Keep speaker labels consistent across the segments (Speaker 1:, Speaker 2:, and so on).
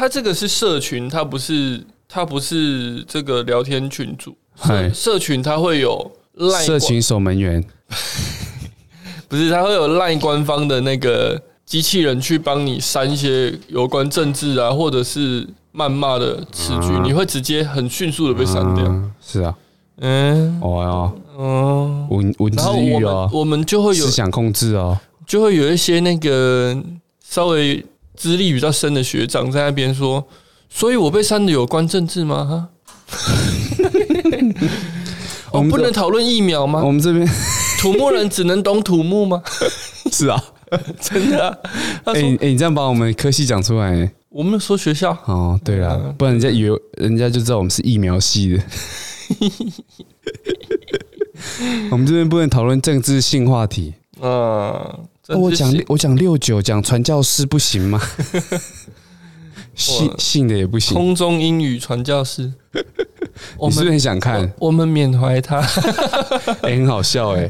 Speaker 1: 它这个是社群，它不是它不是这个聊天群组，
Speaker 2: 嗨，
Speaker 1: 社群它会有赖
Speaker 2: 社群守门员，
Speaker 1: 不是它会有赖官方的那个机器人去帮你删一些有关政治啊或者是谩骂的词句，
Speaker 2: 啊
Speaker 1: 你会直接很迅速的被删掉。
Speaker 2: 嗯是啊，
Speaker 1: 嗯
Speaker 2: 哦哟，
Speaker 1: 嗯，
Speaker 2: 文文
Speaker 1: 然后
Speaker 2: 字
Speaker 1: 我
Speaker 2: 狱
Speaker 1: 们
Speaker 2: 哦，
Speaker 1: 我们就会有
Speaker 2: 思想控制哦，
Speaker 1: 就会有一些那个稍微资历比较深的学长在那边说，所以我被删的有关政治吗？哈我
Speaker 2: 我
Speaker 1: 哦
Speaker 2: 们
Speaker 1: 不
Speaker 2: 这
Speaker 1: 能讨论疫苗吗？
Speaker 2: 我 们这边
Speaker 1: 土木人只能懂土木 吗？
Speaker 2: 是啊，
Speaker 1: 真的、啊？他
Speaker 2: 哎
Speaker 1: 说、
Speaker 2: 你哎，你这样把我们科系讲出来，
Speaker 1: 我没有说学校，
Speaker 2: 哦，对了，不然人家以为人家就知道我们是疫苗系的。 我们这边不能讨论政治性话题。
Speaker 1: 嗯，
Speaker 2: 哦我讲我讲六九，讲传教士不行 吗？信信的也不行。
Speaker 1: 空中英语传教 士，我
Speaker 2: 你是不是
Speaker 1: 们
Speaker 2: 很 想看？
Speaker 1: 我们缅怀 他，
Speaker 2: 哎、很好笑哎、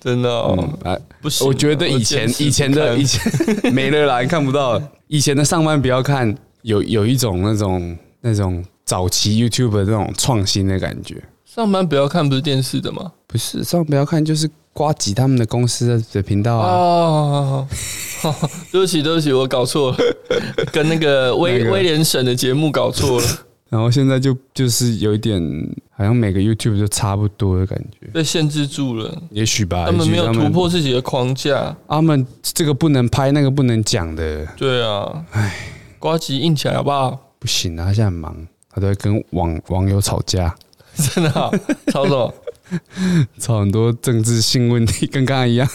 Speaker 1: 真的哦，
Speaker 2: 嗯啊，
Speaker 1: 不行啊，
Speaker 2: 我觉得以前
Speaker 1: 坚持
Speaker 2: 以前
Speaker 1: 不
Speaker 2: 的
Speaker 1: 看
Speaker 2: 以前 没了啦，你看不到了。以前的上班不要看，有有一种那种那种早期 YouTube 的那种创新的感觉。
Speaker 1: 上班不要看不是电视的吗？
Speaker 2: 不是上班不要看，就是瓜吉他们的公司的的频道啊。
Speaker 1: 哦， 对不起，对不起，我搞错了， 跟那个威
Speaker 2: 那个
Speaker 1: 威廉省的节目搞错了。
Speaker 2: 然后现在就就是有一点，好像每个 YouTube 就差不多的感觉。
Speaker 1: 被限制住了，
Speaker 2: 也许吧，
Speaker 1: 他们
Speaker 2: 也许
Speaker 1: 没有突破自己的框架。
Speaker 2: 他们这个不能拍，那个不能讲的，
Speaker 1: 对啊，瓜吉硬起来好不好？
Speaker 2: 不行啊！他现在很忙，他都会跟网网友吵架，
Speaker 1: 真的啊好，曹总，
Speaker 2: 吵很多政治性问题，跟刚刚一样。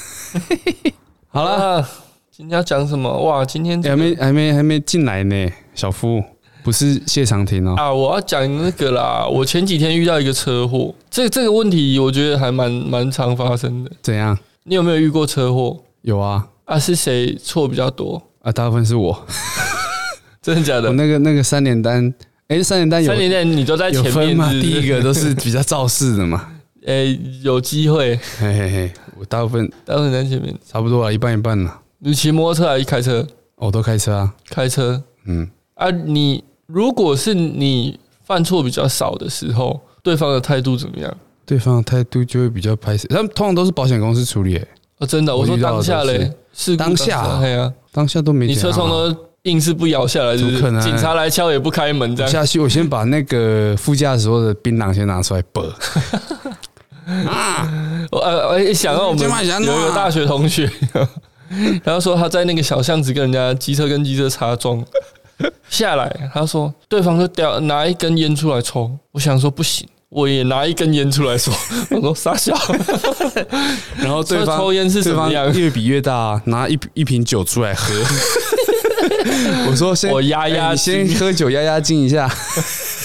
Speaker 1: 好
Speaker 2: 好了，
Speaker 1: 啦，今天要讲什么？哇，今天
Speaker 2: 欸还没还没还没进来呢，小夫不是谢长廷哦，
Speaker 1: 啊，我要讲那个啦。我前几天遇到一个车祸，这这个问题我觉得还蛮蛮常发生的。
Speaker 2: 怎样？
Speaker 1: 你有没有遇过车祸
Speaker 2: 有啊，
Speaker 1: 啊？是谁错比较多？
Speaker 2: 啊，大部分是我，
Speaker 1: 真的假的
Speaker 2: 我？那个那个三连单，哎、三连单有
Speaker 1: 三年内你都在前
Speaker 2: 有
Speaker 1: 面
Speaker 2: 分嘛？
Speaker 1: 是不
Speaker 2: 第
Speaker 1: 是
Speaker 2: 一个 都是比较造势的嘛，
Speaker 1: 诶、有机会，
Speaker 2: 嘿嘿嘿，我大部分
Speaker 1: 当然在前面。
Speaker 2: 差不多了，一半一半了，
Speaker 1: 你骑摩托车还是开车？
Speaker 2: 我都开车啊，
Speaker 1: 开车
Speaker 2: 嗯，
Speaker 1: 啊！你如果是你犯错比较少的时候，对方的态度怎么样？
Speaker 2: 对方的态度就会比较拍死，他们通常都是保险公司处理、欸，
Speaker 1: 哦，真的，
Speaker 2: 我
Speaker 1: 我说
Speaker 2: 遇到
Speaker 1: 当
Speaker 2: 的
Speaker 1: 下
Speaker 2: 都是
Speaker 1: 嘞，是
Speaker 2: 当下啊
Speaker 1: 哎呀，
Speaker 2: 当下都没
Speaker 1: 你
Speaker 2: 怎样
Speaker 1: 车
Speaker 2: 啊
Speaker 1: 窗都硬是不摇下来，是不
Speaker 2: 怎
Speaker 1: 是？
Speaker 2: 么可能
Speaker 1: 警察来敲也不开门，这
Speaker 2: 我
Speaker 1: 样
Speaker 2: 下去，我先把那个副驾驶座的槟榔先拿出来剥。
Speaker 1: 我呃，我一想到我们
Speaker 2: 这么
Speaker 1: 有
Speaker 2: 想
Speaker 1: 一
Speaker 2: 弄啊
Speaker 1: 个大学同学， 他说他在那个小巷子跟人家机车跟机车擦撞， 下来他说对方就掉拿一根烟出来抽，我想说不行，我也拿一根烟出来抽，我说傻笑，
Speaker 2: 然后对
Speaker 1: 说
Speaker 2: 方
Speaker 1: 抽烟是什
Speaker 2: 对
Speaker 1: 么
Speaker 2: 方
Speaker 1: 样？
Speaker 2: 越比越大、啊，拿一一瓶酒出来 喝。我说先
Speaker 1: 我压压
Speaker 2: 哎你
Speaker 1: 惊
Speaker 2: 先喝酒压压惊一下。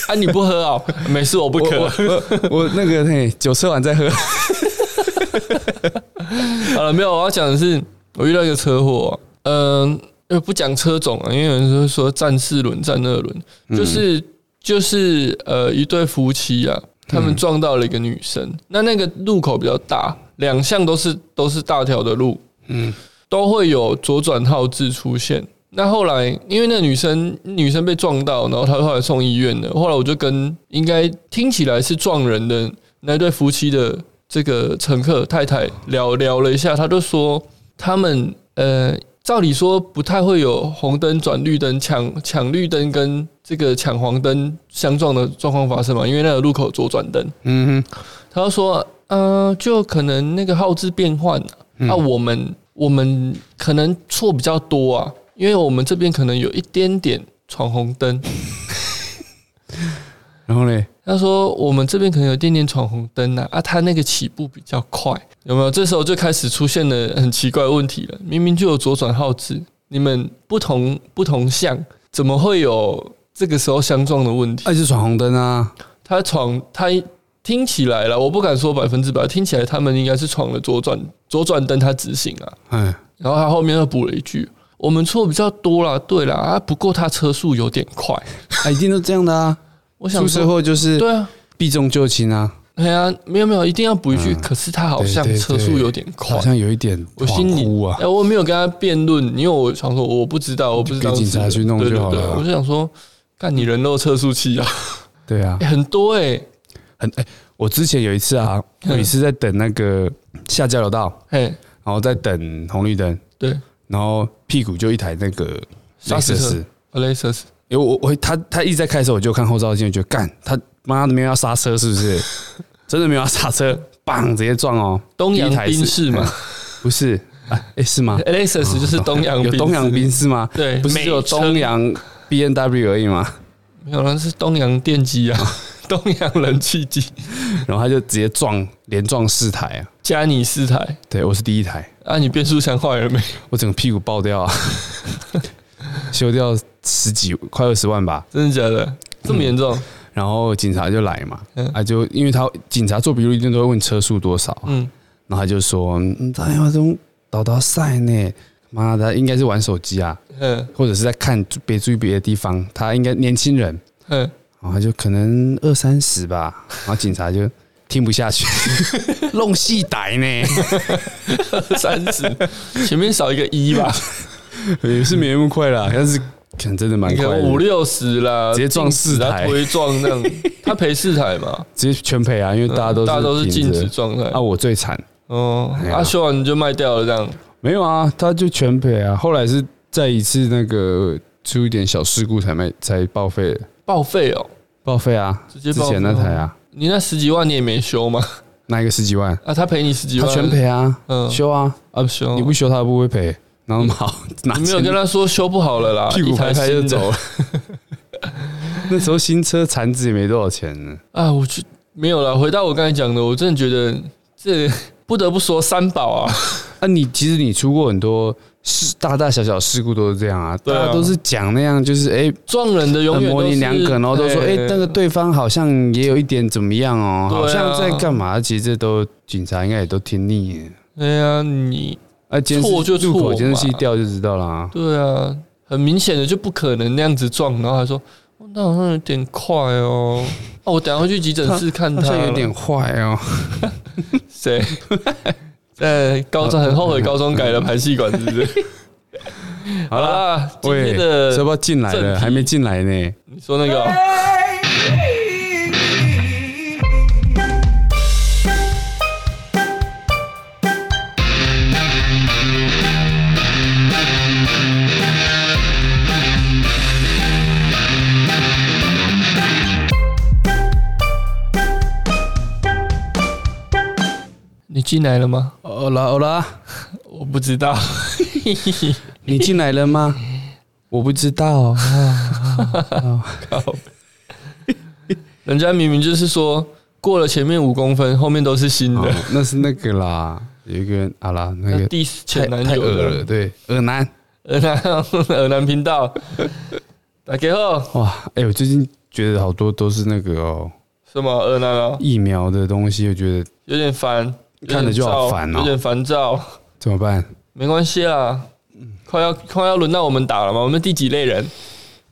Speaker 1: 啊，你不喝哦？没事，我不
Speaker 2: 我
Speaker 1: 渴。
Speaker 2: 我我我那个嘿，酒喝完再喝。
Speaker 1: 好了，没有，我要讲的是我遇到一个车祸、嗯、呃，不讲车种啊，因为有人说说战四轮、战二轮，就是、就是呃一对夫妻啊，他们撞到了一个女生，那那个路口比较大，两项都是都是大条的路，
Speaker 2: 嗯，
Speaker 1: 都会有左转号志出现。那后来，因为那女生女生被撞到，然后她后来送医院了。后来我就跟应该听起来是撞人的那对夫妻的这个乘客太太聊聊了一下，她就说他们呃，照理说不太会有红灯转绿灯抢抢绿灯跟这个抢黄灯相撞的状况发生嘛，因为那个路口左转灯。
Speaker 2: 嗯哼，
Speaker 1: 他就说，呃，就可能那个号志变换啊，啊我们我们可能错比较多啊，因为我们这边可能有一点点闯红灯。
Speaker 2: 然后嘞，
Speaker 1: 他说我们这边可能有一点点闯红灯啊，啊，他那个起步比较快，有没有？这时候就开始出现了很奇怪的问题了，明明就有左转号志，你们不同不同向，怎么会有这个时候相撞的问题？
Speaker 2: 那、就闯红灯啊。
Speaker 1: 他闯他听起来了，我不敢说百分之百，听起来他们应该是闯了左转左转灯，他直行啊。
Speaker 2: 嗯，
Speaker 1: 然后他后面又补了一句：“我们错比较多啦，对啦，啊，不过他车速有点快。
Speaker 2: 啊，一定都这样的啊。”
Speaker 1: 我想
Speaker 2: 出
Speaker 1: 说
Speaker 2: 车，祸就是
Speaker 1: 对啊，
Speaker 2: 避重就轻啊。
Speaker 1: 哎呀，没有没有，一定要补一句。可是他好像
Speaker 2: 嗯对对对
Speaker 1: 车速有点快
Speaker 2: 好，像有一点
Speaker 1: 我心里
Speaker 2: 恍惚啊
Speaker 1: 哎，，我没有跟他辩论，因为我想说我不知道，我不知道
Speaker 2: 给警察
Speaker 1: 是
Speaker 2: 去弄
Speaker 1: 对
Speaker 2: 哦就好
Speaker 1: 对对
Speaker 2: 了啊
Speaker 1: 我就想说，干你人肉测速器啊，
Speaker 2: 对啊
Speaker 1: 哎，很多哎，
Speaker 2: 很哎、我之前有一次啊，
Speaker 1: 嗯
Speaker 2: 我有一次在等那个下交流道，
Speaker 1: 哎，
Speaker 2: 然后在等红绿灯，
Speaker 1: 对
Speaker 2: 然后屁股就一台那个
Speaker 1: 刹车车
Speaker 2: Lexus
Speaker 1: a l e x
Speaker 2: 因为我我他他一直在开车，我就看后照镜，我觉得干他妈的没有要刹车是不是？ 真的没有要刹车，棒直接撞哦！
Speaker 1: 东洋
Speaker 2: 第一台
Speaker 1: 宾士嘛
Speaker 2: 不是啊？哎、是吗？
Speaker 1: a l e x 就是东洋
Speaker 2: 有
Speaker 1: 宾士
Speaker 2: 东洋宾士吗？
Speaker 1: 对，
Speaker 2: 不是
Speaker 1: 美
Speaker 2: 只有
Speaker 1: 车
Speaker 2: 东洋 B N W 而已吗？
Speaker 1: 没有，那是东洋电机 啊，东洋冷气机，
Speaker 2: 然后他就直接撞连撞四台啊！
Speaker 1: 加你四台
Speaker 2: 对我是第一台，
Speaker 1: 啊，你变速箱坏了没？
Speaker 2: 我整个屁股爆掉啊， 修掉十几快二十万吧。
Speaker 1: 真的假的？这么严重？
Speaker 2: 然后警察就来嘛，
Speaker 1: 嗯
Speaker 2: 啊就因为他警察做笔录一定都会问车速多少啊，
Speaker 1: 嗯，
Speaker 2: 然后他就说：“嗯，哎呀，这种导导赛呢，妈的，应该是玩手机啊，
Speaker 1: 嗯
Speaker 2: 或者是在看别注意别的地方。他应该年轻人，
Speaker 1: 嗯，
Speaker 2: 然后他就可能二三十吧。然后警察就听不下去，弄戏歹呢，
Speaker 1: 三十， 前面少一个一吧，
Speaker 2: 也是没那么快啦，但是可能真的蛮
Speaker 1: 你
Speaker 2: 快
Speaker 1: 看
Speaker 2: 的，
Speaker 1: 五六十啦，
Speaker 2: 直接撞四
Speaker 1: 禁
Speaker 2: 台
Speaker 1: 止啊推撞 那样，他赔四台嘛，
Speaker 2: 直接全赔啊，因为
Speaker 1: 嗯
Speaker 2: 大家都
Speaker 1: 大家都是禁
Speaker 2: 停着
Speaker 1: 止状态
Speaker 2: 啊，我最惨，
Speaker 1: 哦，
Speaker 2: 哎呀
Speaker 1: 啊，修完就卖掉了这样，
Speaker 2: 没有啊，他就全赔啊。后来是在一次那个出一点小事故才没才报废的，
Speaker 1: 报废哦，
Speaker 2: 报废啊，
Speaker 1: 直接
Speaker 2: 之
Speaker 1: 报废
Speaker 2: 前那台啊。”
Speaker 1: 你那十几万你也没修吗？
Speaker 2: 那一个十几万，
Speaker 1: 啊，他赔你十几
Speaker 2: 他
Speaker 1: 万，
Speaker 2: 全赔啊，
Speaker 1: 嗯
Speaker 2: 修啊，
Speaker 1: 啊，不修，
Speaker 2: 你不修他不会赔，然后 好拿
Speaker 1: 你没有跟他说修不好了啦，
Speaker 2: 屁股
Speaker 1: 一台
Speaker 2: 拍拍就
Speaker 1: 新的
Speaker 2: 走了。那时候新车残值也没多少钱呢，
Speaker 1: 啊，我就没有了。回到我刚才讲的，我真的觉得这 不得不说三宝啊，
Speaker 2: 啊，你其实你出过很多事，大大小小事故都是这样啊，
Speaker 1: 对
Speaker 2: 大
Speaker 1: 啊
Speaker 2: 家都是讲那样，就是哎，
Speaker 1: 撞人的永
Speaker 2: 很
Speaker 1: 远
Speaker 2: 模
Speaker 1: 都是
Speaker 2: 棱两可，然后都说哎，那个，对方好像也有一点怎么样哦，
Speaker 1: 对啊
Speaker 2: 好像在干嘛，其实这都警察应该也都听腻了，
Speaker 1: 哎呀，你
Speaker 2: 啊，监视
Speaker 1: 错就
Speaker 2: 入
Speaker 1: 错
Speaker 2: 口
Speaker 1: 嘛
Speaker 2: 监视器调就知道了啊，
Speaker 1: 对啊，很明显的就不可能那样子撞，然后还说哦那好像有点快 哦。哦，我等一下会去急诊室看
Speaker 2: 好
Speaker 1: 他
Speaker 2: 像
Speaker 1: 了。
Speaker 2: 有点坏哦。
Speaker 1: 谁？ 在高中很后悔高中改了排气管，是不 是？好啦，今
Speaker 2: 喂，
Speaker 1: 天
Speaker 2: 要
Speaker 1: 的
Speaker 2: 不要进来
Speaker 1: 正
Speaker 2: 了？
Speaker 1: 题
Speaker 2: 还没进来呢。
Speaker 1: 你说那个哦、你进来了吗？
Speaker 2: 欧啦欧啦，
Speaker 1: 我不知道。
Speaker 2: 你进来了吗？哦我不知道。
Speaker 1: 人家明明就是说过了前面五公分，后面都是新的。
Speaker 2: 哦那是那个啦，有一个人啊啦，那
Speaker 1: 那
Speaker 2: 个
Speaker 1: 第四前男
Speaker 2: 太
Speaker 1: 友
Speaker 2: 恶
Speaker 1: 的
Speaker 2: 了，对，恶男。
Speaker 1: 尔南尔南频道，大家好，
Speaker 2: 哇，哎、我最近觉得好多都是那个哦，
Speaker 1: 什么尔南哦，
Speaker 2: 疫苗的东西，我觉得
Speaker 1: 有点烦，
Speaker 2: 看着就好烦哦
Speaker 1: 有点烦躁，
Speaker 2: 怎么办？
Speaker 1: 没关系啦，快要快要轮到我们打了嘛，我们第几类人？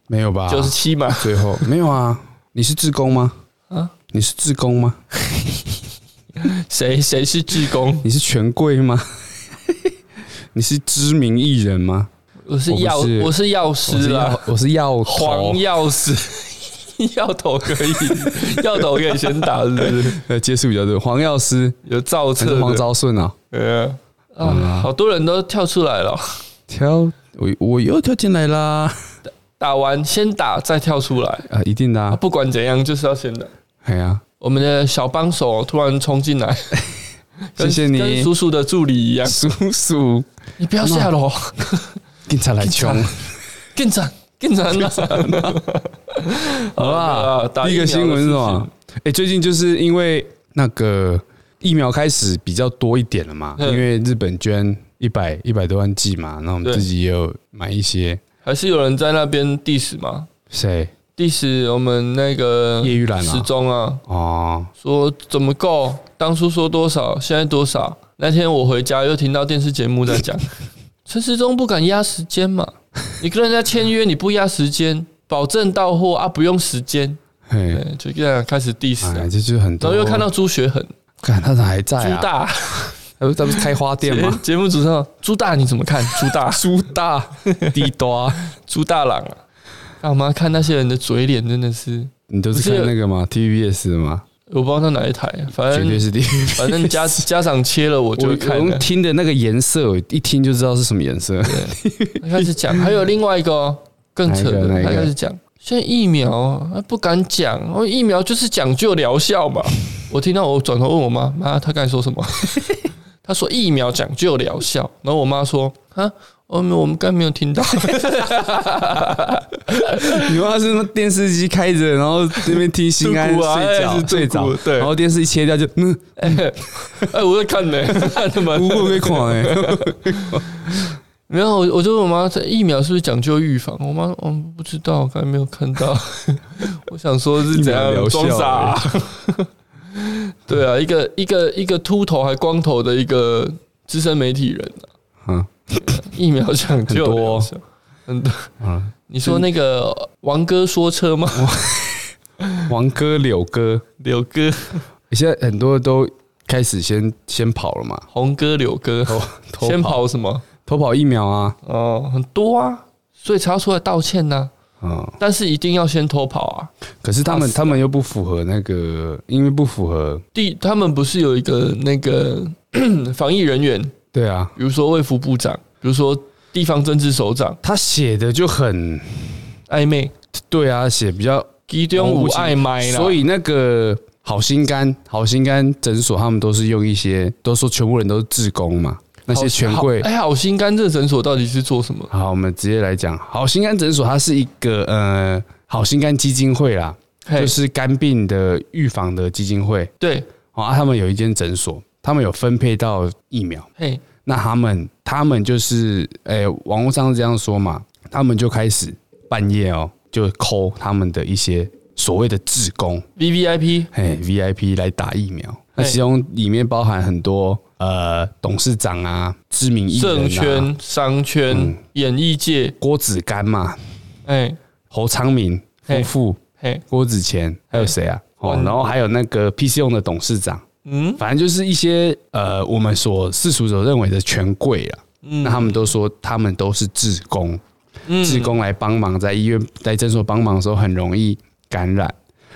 Speaker 2: 没有吧？
Speaker 1: 九十七嘛，
Speaker 2: 最 后没有啊？你是志工吗？
Speaker 1: 啊
Speaker 2: 啊，你是志工吗？
Speaker 1: 谁谁是志工？
Speaker 2: 你是权 贵吗？你是知名艺人吗？
Speaker 1: 我是
Speaker 2: 我不
Speaker 1: 药，
Speaker 2: 是
Speaker 1: 我是药
Speaker 2: 我
Speaker 1: 师
Speaker 2: 是
Speaker 1: 啦
Speaker 2: 药，，我是药头
Speaker 1: 黄，药师， 药头可以， 药头可以先打，是不是？
Speaker 2: 呃，接触比较多，黄药师
Speaker 1: 有造
Speaker 2: 还
Speaker 1: 册
Speaker 2: 是
Speaker 1: 的，
Speaker 2: 黄嗯昭顺啊？
Speaker 1: 呃啊，好多人都跳出来了，
Speaker 2: 跳，我我又跳进来啦！
Speaker 1: 打完先打再跳出来，
Speaker 2: 啊，一定的
Speaker 1: 啊
Speaker 2: 啊，
Speaker 1: 不管怎样就是要先打。
Speaker 2: 哎呀，
Speaker 1: 我们的小帮手突然冲进 来，
Speaker 2: 谢
Speaker 1: 跟
Speaker 2: 谢
Speaker 1: 跟
Speaker 2: 你，
Speaker 1: 叔叔的助理一 样，
Speaker 2: 叔叔，
Speaker 1: 你不要下 楼，
Speaker 2: 警察来穷，
Speaker 1: 更惨更惨了，
Speaker 2: 好
Speaker 1: 啊
Speaker 2: 吧？
Speaker 1: 打
Speaker 2: 第
Speaker 1: 疫
Speaker 2: 一
Speaker 1: 苗的
Speaker 2: 个
Speaker 1: 事情
Speaker 2: 新闻是什么？哎，最近就是因为那个疫苗开始比较多一点了嘛，
Speaker 1: 嗯
Speaker 2: 因为日本捐一百一百多万剂嘛，然后我们
Speaker 1: 对
Speaker 2: 自己也有买一些，
Speaker 1: 还是有人在那边 diss 吗
Speaker 2: 谁？
Speaker 1: ？diss 我们那个
Speaker 2: 叶玉兰啊
Speaker 1: 时钟啊，
Speaker 2: 哦，
Speaker 1: 说怎么够？当初说多少，现在多少？那天我回家又听到电视节目在 讲，陈时中不敢压时间嘛，你跟人家签约你不压时间，保证到货啊，不用时间，
Speaker 2: 嘿，
Speaker 1: 对，就这样开始 diss，、啊
Speaker 2: 哎，这就是很
Speaker 1: 然
Speaker 2: 多。
Speaker 1: 后又看到朱学恒、
Speaker 2: 看他咋还在
Speaker 1: 朱
Speaker 2: 啊？
Speaker 1: 大
Speaker 2: 他不他不是开花店
Speaker 1: 节
Speaker 2: 吗？
Speaker 1: 节目组上，朱大你怎么看？朱 大，
Speaker 2: 苏 大滴多，
Speaker 1: 朱大郎啊，干嘛看那些人的嘴脸真的是，
Speaker 2: 你都
Speaker 1: 不
Speaker 2: 是
Speaker 1: 是
Speaker 2: 看那个吗？TVBS 的吗？
Speaker 1: 我不知道到哪一台，啊反
Speaker 2: 绝
Speaker 1: 正
Speaker 2: 对是 TVBS。
Speaker 1: 反正家 家长切了我就
Speaker 2: 我
Speaker 1: 会
Speaker 2: 我
Speaker 1: 看
Speaker 2: 用
Speaker 1: 了。
Speaker 2: 听的那个颜色，我一听就知道是什么颜色。
Speaker 1: 他开始讲， 还有另外一个、哦、更扯的
Speaker 2: 哪一个哪，一个
Speaker 1: 他开始讲，现在疫苗啊他不敢讲，哦，疫苗就是讲究疗效 嘛。我听到我转头问我妈，妈，她刚才说什么？她说疫苗讲究疗效，然后我妈说，啊，我们我们刚才没有听到，
Speaker 2: 你说他是那电视机开着，然后那边听心安
Speaker 1: 痛苦啊
Speaker 2: 睡
Speaker 1: 哎
Speaker 2: 着
Speaker 1: 是
Speaker 2: 睡
Speaker 1: 痛
Speaker 2: 着
Speaker 1: 苦，对
Speaker 2: 然后电视一切掉就嗯，
Speaker 1: 哎、哎我在看呢、 看他们
Speaker 2: 呜会被狂哎，
Speaker 1: 没有，我我就问我妈，这疫苗是不是讲究预防？我妈说，嗯，不知道，刚才没有看到。 我想说是怎
Speaker 2: 疫苗疗
Speaker 1: 样
Speaker 2: 效
Speaker 1: 装傻、啊？ 对啊，一个一个一个秃头还光头的一个资深媒体人、啊，
Speaker 2: 嗯
Speaker 1: 疫苗讲究
Speaker 2: 很多哦
Speaker 1: 疗效很多。
Speaker 2: 啊，
Speaker 1: 你说那个王哥说车吗？
Speaker 2: 王哥、 柳哥，
Speaker 1: 柳哥、
Speaker 2: 现在很多都开始先先跑了嘛，
Speaker 1: 红哥、柳哥，
Speaker 2: 偷偷
Speaker 1: 先跑什么？
Speaker 2: 偷跑疫苗啊，
Speaker 1: 哦，很多啊，所以才要出来道歉呐、
Speaker 2: 嗯，
Speaker 1: 但是一定要先偷跑啊！
Speaker 2: 可是他
Speaker 1: 怕
Speaker 2: 们
Speaker 1: 死
Speaker 2: 他们又不符合那个，因为不符合，
Speaker 1: 第，他们不是有一个那个 防疫人员，
Speaker 2: 对啊，
Speaker 1: 比如说卫福部长，比如说地方政治首长
Speaker 2: 他写的就很
Speaker 1: 暧昧，
Speaker 2: 对啊，写比较，
Speaker 1: 其中
Speaker 2: 哦
Speaker 1: 有暧昧啦，
Speaker 2: 所以那个好心肝好心肝诊所他们都是用一些，都说全部人都是志工嘛，那些权贵
Speaker 1: 好。哎，好心肝这诊所到底是做什么？
Speaker 2: 好，我们直接来讲，好心肝诊所它是一个呃好心肝基金会啦，
Speaker 1: 嘿
Speaker 2: 就是肝病的预防的基金会。
Speaker 1: 对，
Speaker 2: 哦啊，他们有一间诊所，他们有分配到疫苗，
Speaker 1: 嘿，
Speaker 2: 那他们他们就是，诶、网络上是这样说嘛，他们就开始半夜哦，就抠他们的一些所谓的志工，
Speaker 1: V V I P
Speaker 2: 嘿 VIP 来打疫苗，那
Speaker 1: 嘿
Speaker 2: 其中里面包含很多呃董事长啊、知名艺人、啊、
Speaker 1: 政圈、商圈
Speaker 2: 嗯、
Speaker 1: 演艺界，
Speaker 2: 郭子干嘛、
Speaker 1: 哎
Speaker 2: 侯昌明夫
Speaker 1: 嘿
Speaker 2: 妇、
Speaker 1: 嘿，
Speaker 2: 郭子乾，还有谁啊？哦
Speaker 1: 万，
Speaker 2: 然后还有那个 PC 用的董事长。
Speaker 1: 嗯
Speaker 2: 反正就是一些呃，我们所世俗所认为的权贵啦，那他们都说他们都是志工，
Speaker 1: 嗯
Speaker 2: 志工来帮忙，在医院、在诊所帮忙的时候很容易感染，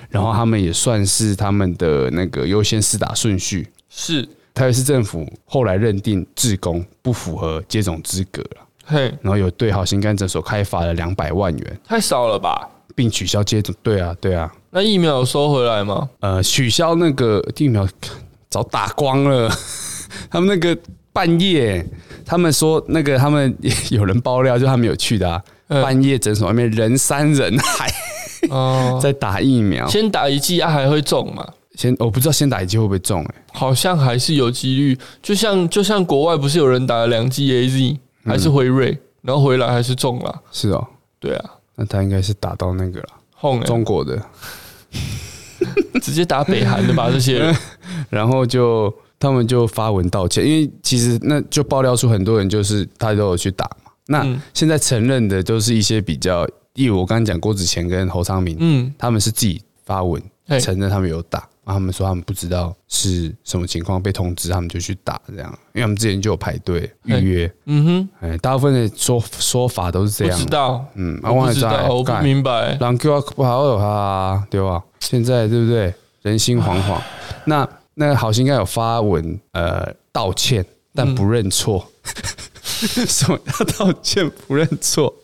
Speaker 2: 然后他们也算是他们的那个优先施打顺序。
Speaker 1: 是，
Speaker 2: 台北市政府后来认定志工不符合接种资格了，
Speaker 1: 嘿，
Speaker 2: 然后有对好心肝诊所开罚了两百万元，
Speaker 1: 太少了吧？
Speaker 2: 并取消接种。对啊，对啊，
Speaker 1: 那疫苗有收回来吗？
Speaker 2: 呃，取消那个疫苗早打光了。 他们那个半夜，他们说那个他们 有人爆料，就他们有去的、啊
Speaker 1: 嗯
Speaker 2: 半夜诊所外面人山人海
Speaker 1: 哦，
Speaker 2: 在打疫苗。先
Speaker 1: 先打一剂啊，还会中嘛？
Speaker 2: 我不知道先打一剂会不会中哎、
Speaker 1: 好像还是有几率，就像就像国外不是有人打了两剂 A Z，还是辉瑞，
Speaker 2: 嗯
Speaker 1: 然后回来还是中了，
Speaker 2: 是哦，
Speaker 1: 对啊，
Speaker 2: 那他应该是打到那个了，
Speaker 1: 轰、欸，
Speaker 2: 中国的，
Speaker 1: 直接打北韩的吧这些 人，
Speaker 2: 然后就他们就发文道歉，因为其实那就爆料出很多人就是他都有去打嘛。那
Speaker 1: 嗯
Speaker 2: 现在承认的都是一些比较，例如我刚刚讲郭子乾跟侯昌明，
Speaker 1: 嗯，
Speaker 2: 他们是自己发文
Speaker 1: 嘿
Speaker 2: 承认他们有打，然后他们说他们不知道是什么情况被通知，他们就去打这样，因为他们之前就有排队预
Speaker 1: 嘿
Speaker 2: 约，
Speaker 1: 嗯
Speaker 2: 哎，大部分的说说法都是
Speaker 1: 哼，
Speaker 2: 这
Speaker 1: 不
Speaker 2: 样
Speaker 1: 知，道，
Speaker 2: 嗯，啊，
Speaker 1: 我
Speaker 2: 忘
Speaker 1: 不
Speaker 2: 了
Speaker 1: 知道，我不
Speaker 2: 干
Speaker 1: 明白，
Speaker 2: 让 Q 啊不好有哈，对吧？现在对不对？人心惶惶。那那好心应该有发文呃道歉，
Speaker 1: 嗯
Speaker 2: 但不 认错。什么叫道歉不认错？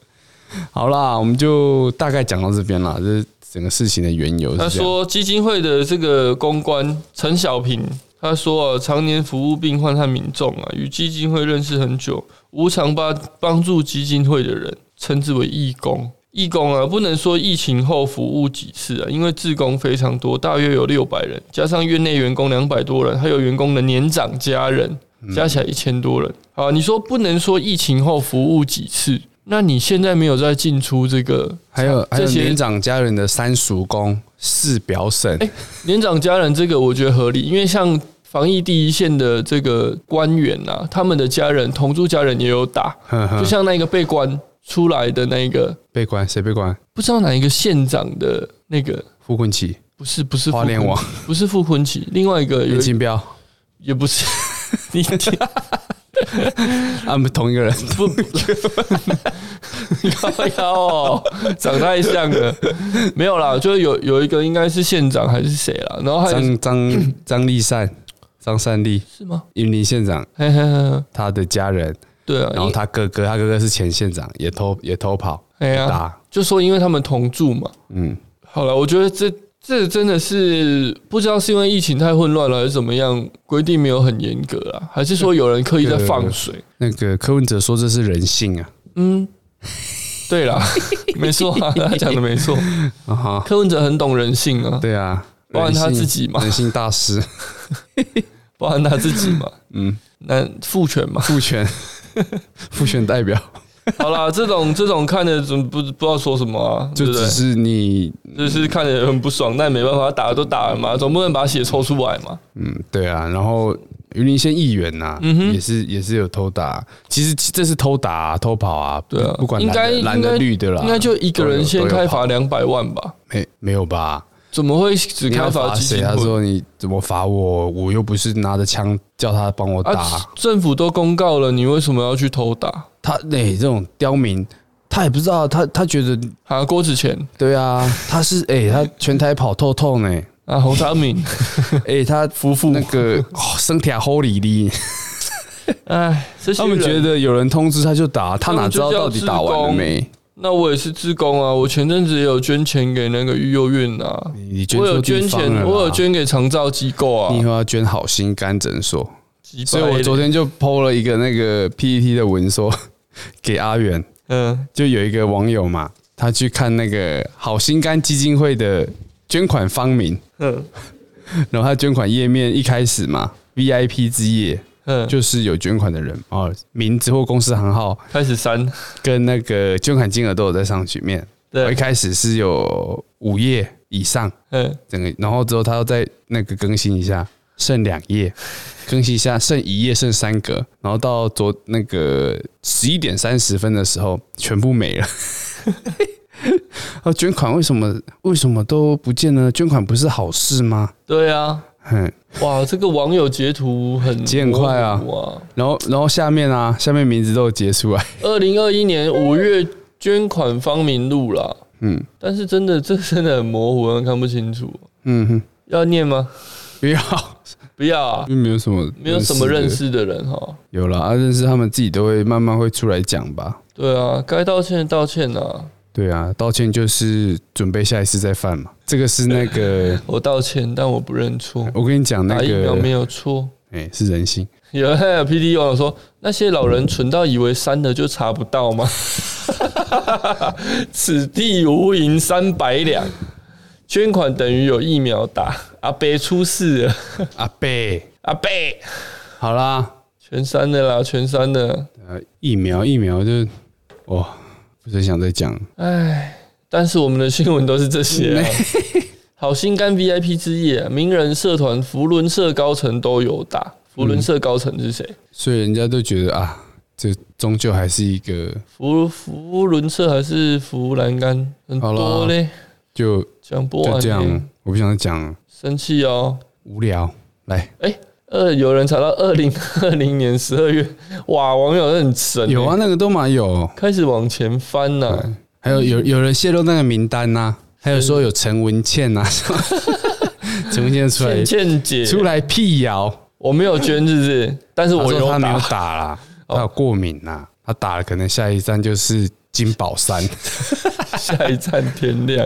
Speaker 2: 好啦，我们就大概讲到这边啦，这是整个事情的缘由
Speaker 1: 他
Speaker 2: 是这样。
Speaker 1: 说基金会的这个公关陈小平，他说啊，常年服务病患和民众啊，与基金会认识很久，无偿帮帮助基金会的人，称之为义工。义工啊，不能说疫情后服务几次啊，因为志工非常多，大约有六百人，加上院内员工两百多人，还有员工的年长家人，
Speaker 2: 嗯
Speaker 1: 加起来一千多人。啊，你说不能说疫情后服务几次？那你现在没有在进出这个
Speaker 2: 还有还
Speaker 1: 这
Speaker 2: 有
Speaker 1: 些
Speaker 2: 年长家人的三叔公、四表婶，
Speaker 1: 哎年长家人这个我觉得合理，因为像防疫第一线的这个官员啊，他们的家人同住家人也有打，
Speaker 2: 呵呵
Speaker 1: 就像那个被关出来的那个，
Speaker 2: 被关谁被关？
Speaker 1: 不知道哪一个县长的那个
Speaker 2: 傅昆奇、
Speaker 1: 不是不是
Speaker 2: 花
Speaker 1: 傅
Speaker 2: 莲
Speaker 1: 昆
Speaker 2: 王、
Speaker 1: 不是傅昆奇，另外一个有
Speaker 2: 林
Speaker 1: 一
Speaker 2: 金标，
Speaker 1: 也不是你听
Speaker 2: 他们啊同一个人。
Speaker 1: 不 高腰哦，长太像了，没有啦，就是有有一个应该是县长还是谁啦，然后还有
Speaker 2: 张张张立善、张善立，
Speaker 1: 是吗？
Speaker 2: 云林县长
Speaker 1: 嘿嘿嘿，
Speaker 2: 他的家人，
Speaker 1: 对啊，
Speaker 2: 然后他哥哥，他哥哥是前县长，也偷也偷跑
Speaker 1: 哎呀、
Speaker 2: 打，
Speaker 1: 就说因为他们同住嘛。
Speaker 2: 嗯，
Speaker 1: 好了，我觉得这这真的是不知道是因为疫情太混乱了，还是怎么样，规定没有很严格啦，还是说有人刻意在放水？
Speaker 2: 那个柯文哲说这是人性啊，
Speaker 1: 嗯，对 啦，没错啊，他讲的没错，
Speaker 2: 啊哈，
Speaker 1: 柯文哲很懂人性啊，
Speaker 2: 对啊，
Speaker 1: 包含他
Speaker 2: 人性
Speaker 1: 自己嘛
Speaker 2: 人性大 师，
Speaker 1: 包含他自己嘛，
Speaker 2: 嗯，
Speaker 1: 那父权嘛。
Speaker 2: 父权，父权代表，
Speaker 1: 好啦，这种这种看着怎么不不知道说什么啊，
Speaker 2: 就
Speaker 1: 对不
Speaker 2: 只
Speaker 1: 对？
Speaker 2: 是你，
Speaker 1: 就是看着很不爽，但没办法，打了都打了嘛，总不能把血抽出来嘛。
Speaker 2: 嗯，对啊，然后云林县议员呐、
Speaker 1: 嗯
Speaker 2: 也是也是有偷打，其实这是偷打、啊、偷跑啊，
Speaker 1: 对啊
Speaker 2: 不不管
Speaker 1: 应该
Speaker 2: 蓝的蓝的
Speaker 1: 应该
Speaker 2: 绿的啦，
Speaker 1: 应该就一个人先开罚两百万吧？
Speaker 2: 没没有吧？
Speaker 1: 怎么会只
Speaker 2: 你
Speaker 1: 开
Speaker 2: 要
Speaker 1: 罚
Speaker 2: 罚
Speaker 1: 基金
Speaker 2: 谁？他啊
Speaker 1: 会？
Speaker 2: 说你怎么罚我？我又不是拿着枪叫他帮我打。
Speaker 1: 啊，政府都公告了，你为什么要去偷打？
Speaker 2: 他那、欸这种刁民，他也不知道，他他觉得
Speaker 1: 啊，郭子乾
Speaker 2: 对啊，他是哎、欸他全台跑透透呢、欸，
Speaker 1: 啊，侯昌 明，
Speaker 2: 哎、他夫妇那个哦身体 Holy 哩，
Speaker 1: 哎，这些
Speaker 2: 他们
Speaker 1: 人
Speaker 2: 觉得有人通知他就打，
Speaker 1: 他
Speaker 2: 他哪
Speaker 1: 们
Speaker 2: 知
Speaker 1: 就
Speaker 2: 道
Speaker 1: 叫
Speaker 2: 到底打完了没？
Speaker 1: 那我也是自工啊，我前阵子也有捐钱给那个育幼院啊，
Speaker 2: 你你捐
Speaker 1: 我有
Speaker 2: 错
Speaker 1: 捐
Speaker 2: 地方了
Speaker 1: 钱，
Speaker 2: 啦
Speaker 1: 我有，捐给长照机构啊
Speaker 2: 你以，后要捐好心肝诊所。
Speaker 1: 几百
Speaker 2: 所以我昨天就 PO 了一个那个 PPT 的文说 给阿远，
Speaker 1: 嗯
Speaker 2: 就有一个网友嘛，他去看那个好心肝基金会的捐款方名，
Speaker 1: 嗯
Speaker 2: 然后他捐款页面一开始嘛，VIP 之夜
Speaker 1: 嗯，就
Speaker 2: 就是有捐款的人啊、哦名字或公司行号
Speaker 1: 开始删，
Speaker 2: 跟那个捐款金额都有在上去面。哦我一
Speaker 1: 对，
Speaker 2: 开始是有五页以上，
Speaker 1: 嗯
Speaker 2: 整个，然后之后他要再那个更新一下，剩两 页，更新一下剩一页，剩三格，然后到昨那个十一点三十分的时候，全部 没了。啊，捐款为什么为什么都不见呢？捐款不是好事吗？
Speaker 1: 对啊，
Speaker 2: 嗯，
Speaker 1: 哇，这个网友截图很
Speaker 2: 截很快啊
Speaker 1: 哇，
Speaker 2: 然后然后下面啊，下面名字都有截出来，
Speaker 1: 二零二一年五月捐款方明路啦，
Speaker 2: 嗯
Speaker 1: 但是真的这真的很模糊，很看不清楚，
Speaker 2: 嗯哼，
Speaker 1: 要念吗？
Speaker 2: 不要，
Speaker 1: 不要、啊，
Speaker 2: 又没有什么
Speaker 1: 没有什么认
Speaker 2: 的，
Speaker 1: 识的人哈。
Speaker 2: 有了啊，认识他们自己都会慢慢会出来讲吧。
Speaker 1: 对啊，该道歉的道歉啊，
Speaker 2: 对啊，道歉就是准备下一次再犯嘛。这个是那个
Speaker 1: 我道歉，但我不认错，
Speaker 2: 我跟你讲，那
Speaker 1: 打疫苗
Speaker 2: 个
Speaker 1: 没有错。
Speaker 2: 哎、是人性，
Speaker 1: 有 P D 网友说，那些老人蠢到以为删了就查不到吗？此地无银三百两，捐款等于有疫苗打。阿伯出事了，
Speaker 2: 阿贝。
Speaker 1: 阿伯
Speaker 2: 好啦，
Speaker 1: 全删的啦，全删的。
Speaker 2: 呃，疫苗疫苗就哇，不是想再讲，
Speaker 1: 唉，但是我们的新闻都是这些、啊。好心肝 VIP 之夜、啊，名人社团福伦社高层都有打。福伦社高层是谁？
Speaker 2: 所以人家都觉得啊，这终究还是一个
Speaker 1: 福福伦社还是福栏杆？很
Speaker 2: 好啦
Speaker 1: 多嘞，
Speaker 2: 就
Speaker 1: 讲不
Speaker 2: 就
Speaker 1: 完
Speaker 2: 这样
Speaker 1: 嘞。，
Speaker 2: 我不想再讲了，
Speaker 1: 生气哦。
Speaker 2: 无聊。来，
Speaker 1: 呃，有人查到二零二零年十二月，哇，网友很神、欸
Speaker 2: 有啊，，那个都嘛有，
Speaker 1: 开始往前翻呐、
Speaker 2: 对还有有有人泄露那个名单呐、还有说有陈文茜呐、 陈文茜出来
Speaker 1: 倩倩姐，
Speaker 2: 出来辟谣，
Speaker 1: 我没有捐，是不是？但是
Speaker 2: 他
Speaker 1: 我
Speaker 2: 说
Speaker 1: 有
Speaker 2: 他没有
Speaker 1: 打，
Speaker 2: 打啦，
Speaker 1: 哦
Speaker 2: 他有过敏呐，他打了可能下一站就是金 宝山。
Speaker 1: 下一站天亮。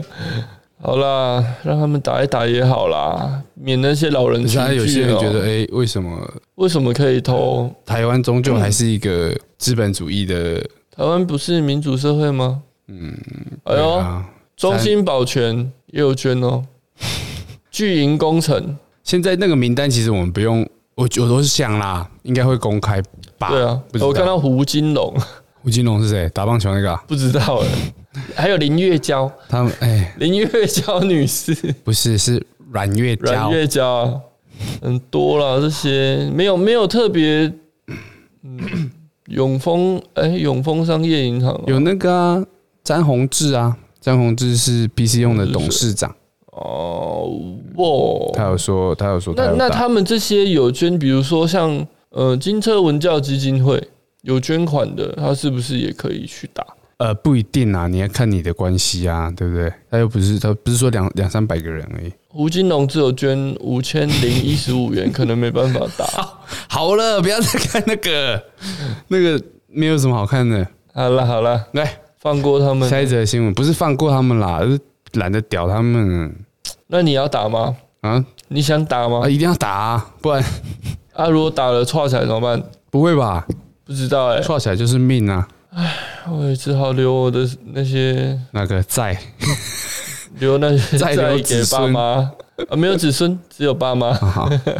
Speaker 1: 好啦，让他们打一打也好啦，免那些老人
Speaker 2: 可是
Speaker 1: 群
Speaker 2: 他有
Speaker 1: 聚
Speaker 2: 些
Speaker 1: 哦
Speaker 2: 人觉得，哎、为什么
Speaker 1: 为什么可以偷？
Speaker 2: 台湾终究
Speaker 1: 嗯
Speaker 2: 还是一个资本主义的？
Speaker 1: 台湾不是民主社会吗？嗯，哎
Speaker 2: 对
Speaker 1: 呦，
Speaker 2: 啊，
Speaker 1: 中心保全也有捐 哦，巨营工程，
Speaker 2: 现在那个名单其实我们不用，我我都是想啦，应该会公开吧？
Speaker 1: 对啊
Speaker 2: 不，知道
Speaker 1: 我看到胡金龙，
Speaker 2: 胡金龙是谁？打棒球那个啊、
Speaker 1: 不知道哎，还有林月娇，
Speaker 2: 他们哎、
Speaker 1: 林月娇女士，
Speaker 2: 不是是阮月
Speaker 1: 阮
Speaker 2: 娇，
Speaker 1: 月娇啊，很多啦，这些没有没有特别，嗯， 永丰哎，永丰商业银行啊
Speaker 2: 有那个啊詹宏志啊，詹宏志是 PC 用的董事长，
Speaker 1: 哦，哇，
Speaker 2: 他有说，他有说他
Speaker 1: 那
Speaker 2: 有
Speaker 1: 那
Speaker 2: 打
Speaker 1: 他们这些有捐，比如说像呃金车文教基金会有捐款的，他是不是也可以去打？
Speaker 2: 呃不一定啊，你要看你的关系啊，对不对？他又不是他不是说两两三百个人而已。
Speaker 1: 胡金龙只有捐五千零一十五元，可能没办法 打。
Speaker 2: 好了，不要再看那个， 那个没有什么好看的。
Speaker 1: 好了好了，
Speaker 2: 来，
Speaker 1: 放过他们。
Speaker 2: 下一则新闻不是放过他们啦，而是懒得屌他们
Speaker 1: 那你要打吗？
Speaker 2: 啊
Speaker 1: 你想打吗
Speaker 2: 啊！？一定要打、啊，不然
Speaker 1: 啊，如果打了错起来怎么办？
Speaker 2: 不会吧？
Speaker 1: 不知道哎、
Speaker 2: 错起来就是命啊！
Speaker 1: 我也只好留我的那些，
Speaker 2: 那个在
Speaker 1: 留那些
Speaker 2: 再留
Speaker 1: 债给
Speaker 2: 子
Speaker 1: 爸
Speaker 2: 孙
Speaker 1: 妈啊，没有子孙，只有爸妈。
Speaker 2: 啊，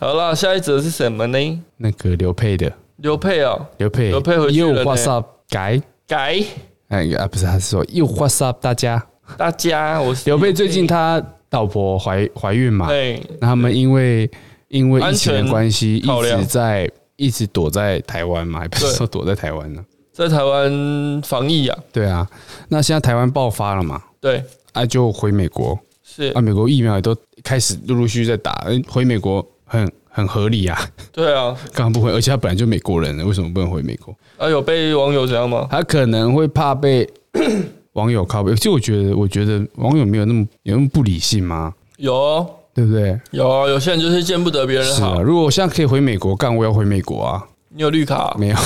Speaker 1: 好啦，下一则是什么呢？
Speaker 2: 那个刘佩的
Speaker 1: 刘佩哦，
Speaker 2: 刘佩，
Speaker 1: 刘佩回去了呢
Speaker 2: 又 what's up 改？
Speaker 1: 改
Speaker 2: 哎啊，不是，他是说又 what's up 大家。
Speaker 1: 大家，我是哎
Speaker 2: 刘佩最近他老婆怀怀孕嘛，
Speaker 1: 对
Speaker 2: 那他们因为因为疫情
Speaker 1: 安
Speaker 2: 的
Speaker 1: 全
Speaker 2: 关系，一
Speaker 1: 考量
Speaker 2: 直在一直躲在台湾嘛，也不是
Speaker 1: 对
Speaker 2: 说躲在台湾呢、
Speaker 1: 在台湾防疫啊，
Speaker 2: 对啊，那现在台湾爆发了嘛，
Speaker 1: 对，
Speaker 2: 啊就回美国，
Speaker 1: 是
Speaker 2: 啊，美国疫苗也都开始陆陆续续在打，呃回美国很很合理啊，
Speaker 1: 对啊，
Speaker 2: 干嘛不回？而且他本来就美国人了，为什么不能回美国？
Speaker 1: 啊有被网友怎样吗？
Speaker 2: 他可能会怕被 网友靠背，其实我觉得，我觉得网友没有那么有那么不理性吗？
Speaker 1: 有哦
Speaker 2: 对不对？
Speaker 1: 有哦，有些人就是见不得别人
Speaker 2: 是啊，
Speaker 1: 好。
Speaker 2: 如果我现在可以回美国干，我要回美国啊！
Speaker 1: 你有绿卡，
Speaker 2: 没有，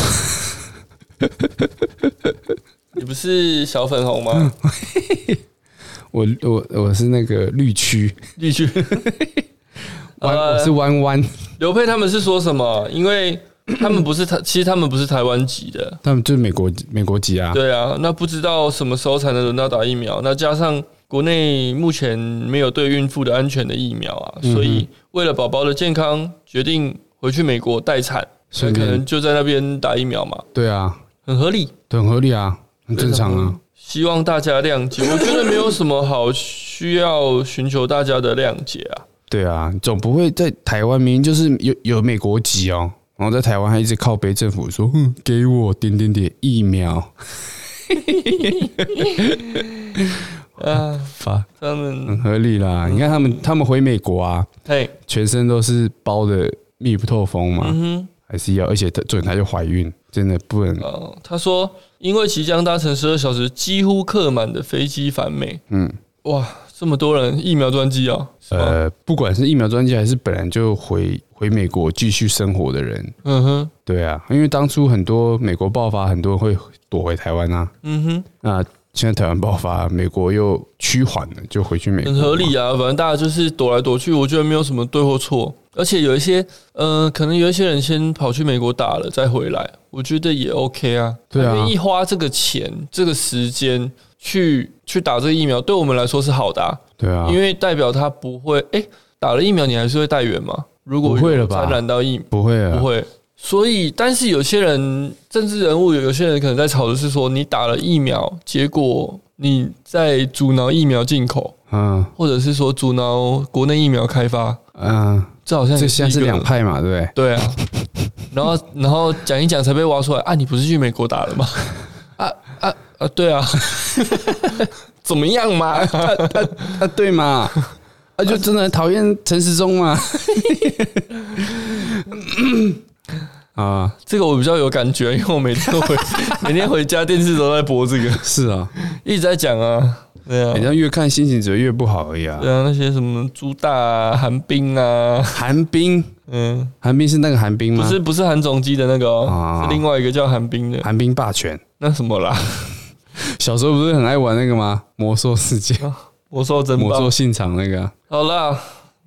Speaker 1: 你不是小粉红
Speaker 2: 嗯
Speaker 1: 吗？
Speaker 2: 我我我是那个绿区，
Speaker 1: 绿区。
Speaker 2: 弯、
Speaker 1: 呃
Speaker 2: 我是弯弯，
Speaker 1: 刘佩他们是说什么？因为他们不是台，其实他们不是台湾籍的，
Speaker 2: 他们就是美国美国籍啊，
Speaker 1: 对啊。那不知道什么时候才能轮到打疫苗？那加上国内目前没有对孕妇的安全的疫苗啊，
Speaker 2: 嗯
Speaker 1: 所以为了宝宝的健康，决定回去美国待产，所以
Speaker 2: 顺
Speaker 1: 可能
Speaker 2: 便
Speaker 1: 就在那边打疫苗嘛，
Speaker 2: 对啊，
Speaker 1: 很合理，
Speaker 2: 很合理啊，很正常啊。。
Speaker 1: 希望大家谅 解，我觉得没有什么好需要寻求大家的谅解 啊。
Speaker 2: 对啊，总不会在台湾明明就是有有美国籍哦，然后在台湾还一直靠北政府说，哼，给我点点点疫苗，
Speaker 1: 啊，
Speaker 2: 发
Speaker 1: 他们
Speaker 2: 很合理啦。
Speaker 1: 嗯
Speaker 2: 你看他们他们回美国啊，
Speaker 1: 嘿，
Speaker 2: 全身都是包的密不透风嘛，
Speaker 1: 嗯
Speaker 2: 还是要，而且她准她就怀孕，真的不能
Speaker 1: 哼，哦，他说，因为即将搭乘十二小时几乎客满的飞机返美，
Speaker 2: 嗯。
Speaker 1: 哇，这么多人疫苗专机哦，是吧？
Speaker 2: 呃，不管是疫苗专家还是本来就回回美国继续生活的人，
Speaker 1: 嗯哼，
Speaker 2: 对啊，因为当初很多美国爆发，很多人会躲回台湾啊。
Speaker 1: 嗯哼，
Speaker 2: 那现在台湾爆发，美国又趋缓了，就回去美国，
Speaker 1: 很合理。啊，反正大家就是躲来躲去，我觉得没有什么对或错。而且有一些，呃，可能有一些人先跑去美国打了再回来，我觉得也 OK 啊。
Speaker 2: 对啊
Speaker 1: 他愿意花这个钱、这个时间去去打这个疫苗，对我们来说是好的、啊，
Speaker 2: 对啊，
Speaker 1: 因为代表他不会，哎、打了疫苗你还是会带源吗？如果
Speaker 2: 不会了吧
Speaker 1: 沾染到疫
Speaker 2: 不会啊，
Speaker 1: 不会。所以，但是有些人政治人物，有有些人可能在吵的是说，你打了疫苗，结果你在阻挠疫苗进口，
Speaker 2: 嗯
Speaker 1: 或者是说阻挠国内疫苗开发，
Speaker 2: 嗯，
Speaker 1: 这好像也
Speaker 2: 这
Speaker 1: 是
Speaker 2: 现在
Speaker 1: 一
Speaker 2: 是
Speaker 1: 个
Speaker 2: 两派嘛，对不对？
Speaker 1: 对啊。然后，然后讲一讲才被挖出来啊！你不是去美国打了吗？ 啊啊啊！对啊， 怎么样嘛？
Speaker 2: 啊，对嘛，啊，就真的很讨厌陈时中嘛。啊，
Speaker 1: 这个我比较有感觉，因为我每天回 每天回家电视都在播这个，
Speaker 2: 是 啊，
Speaker 1: 一直在讲啊。对啊
Speaker 2: 人，家越看心情只会越不好而已啊
Speaker 1: 对。啊，那些什么朱大啊、韩冰啊，
Speaker 2: 寒冰，
Speaker 1: 嗯，
Speaker 2: 寒冰是那个寒冰
Speaker 1: 不
Speaker 2: 吗？
Speaker 1: 是不是韩总机的那个、哦，
Speaker 2: 嗯啊
Speaker 1: 是另外一个叫韩冰的，
Speaker 2: 寒冰霸权。
Speaker 1: 那什么啦？
Speaker 2: 小时候不是很爱玩那个吗？魔兽世界、
Speaker 1: 魔兽争
Speaker 2: 魔
Speaker 1: 霸
Speaker 2: 兽。现场那个啊、
Speaker 1: 好啦，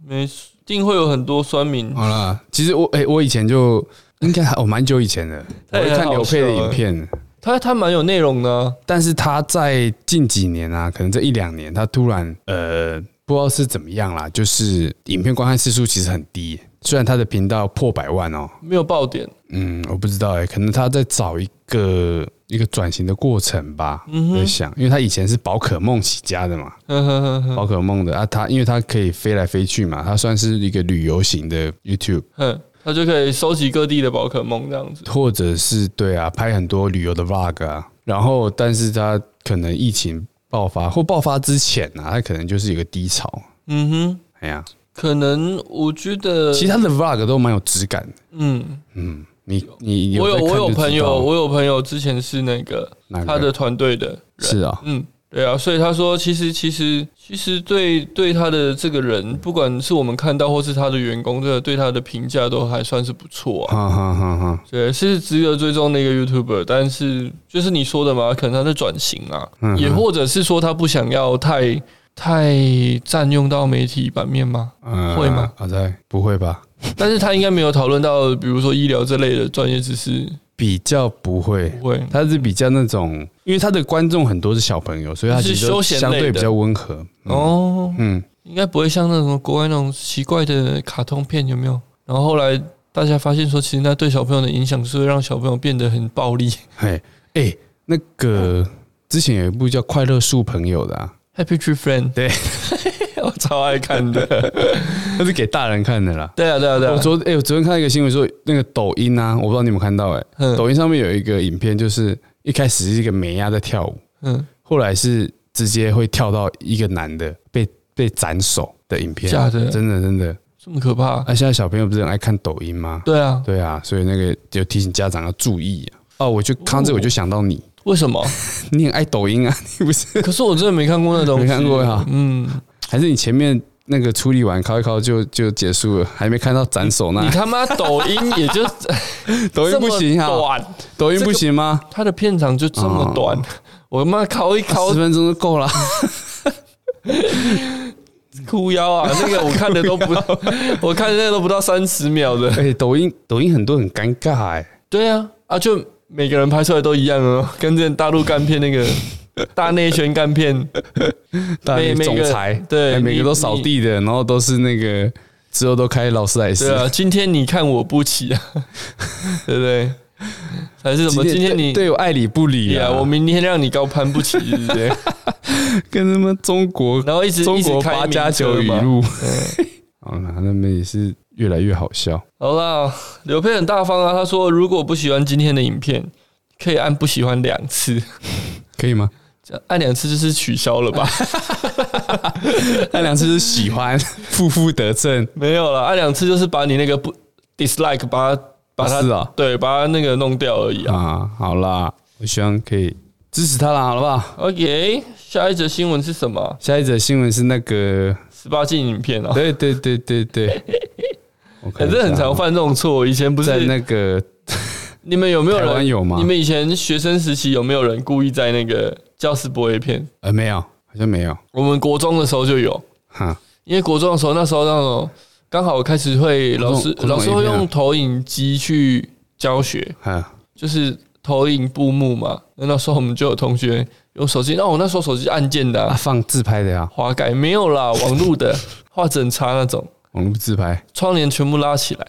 Speaker 1: 没事一定会有很多酸民，
Speaker 2: 好啦，其实我哎、我以前就应该还我蛮久以前的，我
Speaker 1: 太
Speaker 2: 会看刘佩的影片，
Speaker 1: 他他蛮有内容的啊、
Speaker 2: 但是他在近几年啊，可能这一两年，他突然呃，不知道是怎么样啦，就是影片观看次数其实很低，虽然他的频道破百万哦，
Speaker 1: 没有爆点。
Speaker 2: 嗯，我不知道哎、可能他在找一个一个转型的过程吧，我在想，因为他以前是宝可梦起家的嘛，
Speaker 1: 呵呵呵呵
Speaker 2: 宝可梦的啊，它因为它可以飞来飞去嘛，它算是一个旅游型的 YouTube，
Speaker 1: 哼，他就可以收集各地的宝可梦这样子。
Speaker 2: 或者是对啊，拍很多旅游的 Vlog 啊。然后，但是它可能疫情爆发或爆发之前啊，他可能就是有个低潮。
Speaker 1: 嗯哼，
Speaker 2: 哎呀，
Speaker 1: 可能我觉得，
Speaker 2: 其他的 vlog 都蛮有质感的。
Speaker 1: 嗯，
Speaker 2: 嗯，你你
Speaker 1: 我有
Speaker 2: 在看
Speaker 1: 我有
Speaker 2: 就知道
Speaker 1: 朋友，
Speaker 2: 了
Speaker 1: 我有朋友之前是那个
Speaker 2: 哪个
Speaker 1: 他的团队的人，
Speaker 2: 是啊，
Speaker 1: 嗯，对啊，所以他说，其实其实其实对对他的这个人，不管是我们看到或是他的员工，这个对他的评价都还算是不错啊。
Speaker 2: 哈哈哈哈，
Speaker 1: 对，是值得追踪的一个 YouTuber，但是就是你说的嘛，可能他在转型啊，
Speaker 2: 嗯
Speaker 1: 也或者是说他不想要太太占用到媒体版面嘛。
Speaker 2: 呃
Speaker 1: 会吗？
Speaker 2: 阿在不会吧？
Speaker 1: 但是他应该没有讨论到，比如说医疗这类的专业知识，
Speaker 2: 比较不会
Speaker 1: 不，会。
Speaker 2: 他是比较那种，因为他的观众很多是小朋友，所以他
Speaker 1: 是
Speaker 2: 其实
Speaker 1: 休
Speaker 2: 都
Speaker 1: 闲类
Speaker 2: 相对
Speaker 1: 的
Speaker 2: 比较温和。
Speaker 1: 哦，
Speaker 2: 嗯，
Speaker 1: 应该不会像那种国外那种奇怪的卡通片，有没有？然后后来大家发现说，其实那对小朋友的影响是会让小朋友变得很暴力。
Speaker 2: 嘿，哎，那个之前有一部叫《快乐树朋友》的、啊，
Speaker 1: Happy Tree Friend，
Speaker 2: 对，
Speaker 1: 我超爱看的。
Speaker 2: 那是给大人看的啦。
Speaker 1: 对啊，对啊，对
Speaker 2: 我
Speaker 1: 啊。
Speaker 2: 昨哎、我昨天看到一个新闻说，那个抖音啊，我不知道你有没有看到哎、
Speaker 1: 嗯
Speaker 2: 抖音上面有一个影片，就是一开始是一个美亚在跳舞，
Speaker 1: 嗯，
Speaker 2: 后来是直接会跳到一个男的被被斩首的影片，
Speaker 1: 假的
Speaker 2: 真的真的。
Speaker 1: 这么可怕？
Speaker 2: 啊，现在小朋友不是很爱看抖音吗？
Speaker 1: 对啊，
Speaker 2: 对啊，所以那个就提醒家长要注意啊。哦，我就看到这个我就想到你，
Speaker 1: 为什 么？
Speaker 2: 你很爱抖音啊， 你不是？
Speaker 1: 可是我真的没看过那东西，
Speaker 2: 没看过啊
Speaker 1: 嗯，
Speaker 2: 还是你前面那个处理完敲一敲就就结束了，还没看到斩首
Speaker 1: 你
Speaker 2: 那？
Speaker 1: 他妈抖 音也就
Speaker 2: 哎抖音不行
Speaker 1: 这么
Speaker 2: 啊，哦
Speaker 1: 短，
Speaker 2: 抖音不行吗？
Speaker 1: 它的片长就这么短，我妈敲一敲
Speaker 2: 十分钟就够了。
Speaker 1: 哭腰 啊，那个我看的都不，我看那个都不到三十秒的。
Speaker 2: 哎，抖音抖音很多很尴尬哎，
Speaker 1: 对啊，啊，就每个人拍出来都一样哦，跟这大陆干片那 个大内宣干片，
Speaker 2: 大
Speaker 1: 每
Speaker 2: 家
Speaker 1: 每
Speaker 2: 总
Speaker 1: 个
Speaker 2: 裁
Speaker 1: 对
Speaker 2: 哎每
Speaker 1: 你
Speaker 2: 个都扫地的，然后都是那个之后都开劳斯莱斯
Speaker 1: 对，啊，今天你看我不起 啊，对不对？还是什么？今天你哎
Speaker 2: 对我爱理不理
Speaker 1: 呀，
Speaker 2: 啊，
Speaker 1: 我明天让你高攀不起，对不对？
Speaker 2: 跟他们中国
Speaker 1: 然后一直
Speaker 2: 中国
Speaker 1: 一直开
Speaker 2: 八加
Speaker 1: 名车
Speaker 2: 九语
Speaker 1: 嘛
Speaker 2: 录。
Speaker 1: 嗯
Speaker 2: 好啦，那边也是越来越好笑。
Speaker 1: 好啦，刘佩很大方啊，他说如果不喜欢今天的影片，可以按不喜欢两次，
Speaker 2: 可以吗？
Speaker 1: 这样按两次就是取消 了吧？
Speaker 2: 那两次是喜欢， 负负得正，
Speaker 1: 没有啦，按两次就是把你那个不 dislike 把它把它、
Speaker 2: 啊是啊
Speaker 1: 对，把它那个弄掉而已啊。
Speaker 2: 啊！好啦，我希望可以支持他啦，好不好？
Speaker 1: OK，下一则新闻是什么？
Speaker 2: 下一则新闻是那个，
Speaker 1: 十八禁影片哦、
Speaker 2: 对对对对对， 我看
Speaker 1: 反
Speaker 2: 一下
Speaker 1: 正很常犯这种错。以前不
Speaker 2: 在
Speaker 1: 是
Speaker 2: 那个
Speaker 1: 你们有没有
Speaker 2: 台湾
Speaker 1: 人？
Speaker 2: 有吗
Speaker 1: 你？们以前学生时期有没有人故意在那个教室播 A 片？
Speaker 2: 呃，没有，好像没有。
Speaker 1: 我们国中的时候就有，
Speaker 2: 哈，
Speaker 1: 因为国中的时候那时候那种刚好开始会
Speaker 2: 国中
Speaker 1: 老师
Speaker 2: 国中
Speaker 1: 老师
Speaker 2: A
Speaker 1: 会
Speaker 2: 片啊
Speaker 1: 用投影机去教学，
Speaker 2: 哈，
Speaker 1: 就是投影布幕嘛。那那时候我们就有同学用手机，那我那时候手机是按键的、
Speaker 2: 啊，
Speaker 1: 啊，
Speaker 2: 放自拍的呀，
Speaker 1: 滑盖没有啦，网路 的画整叉那种，
Speaker 2: 网络自拍，
Speaker 1: 窗帘全部拉起 来，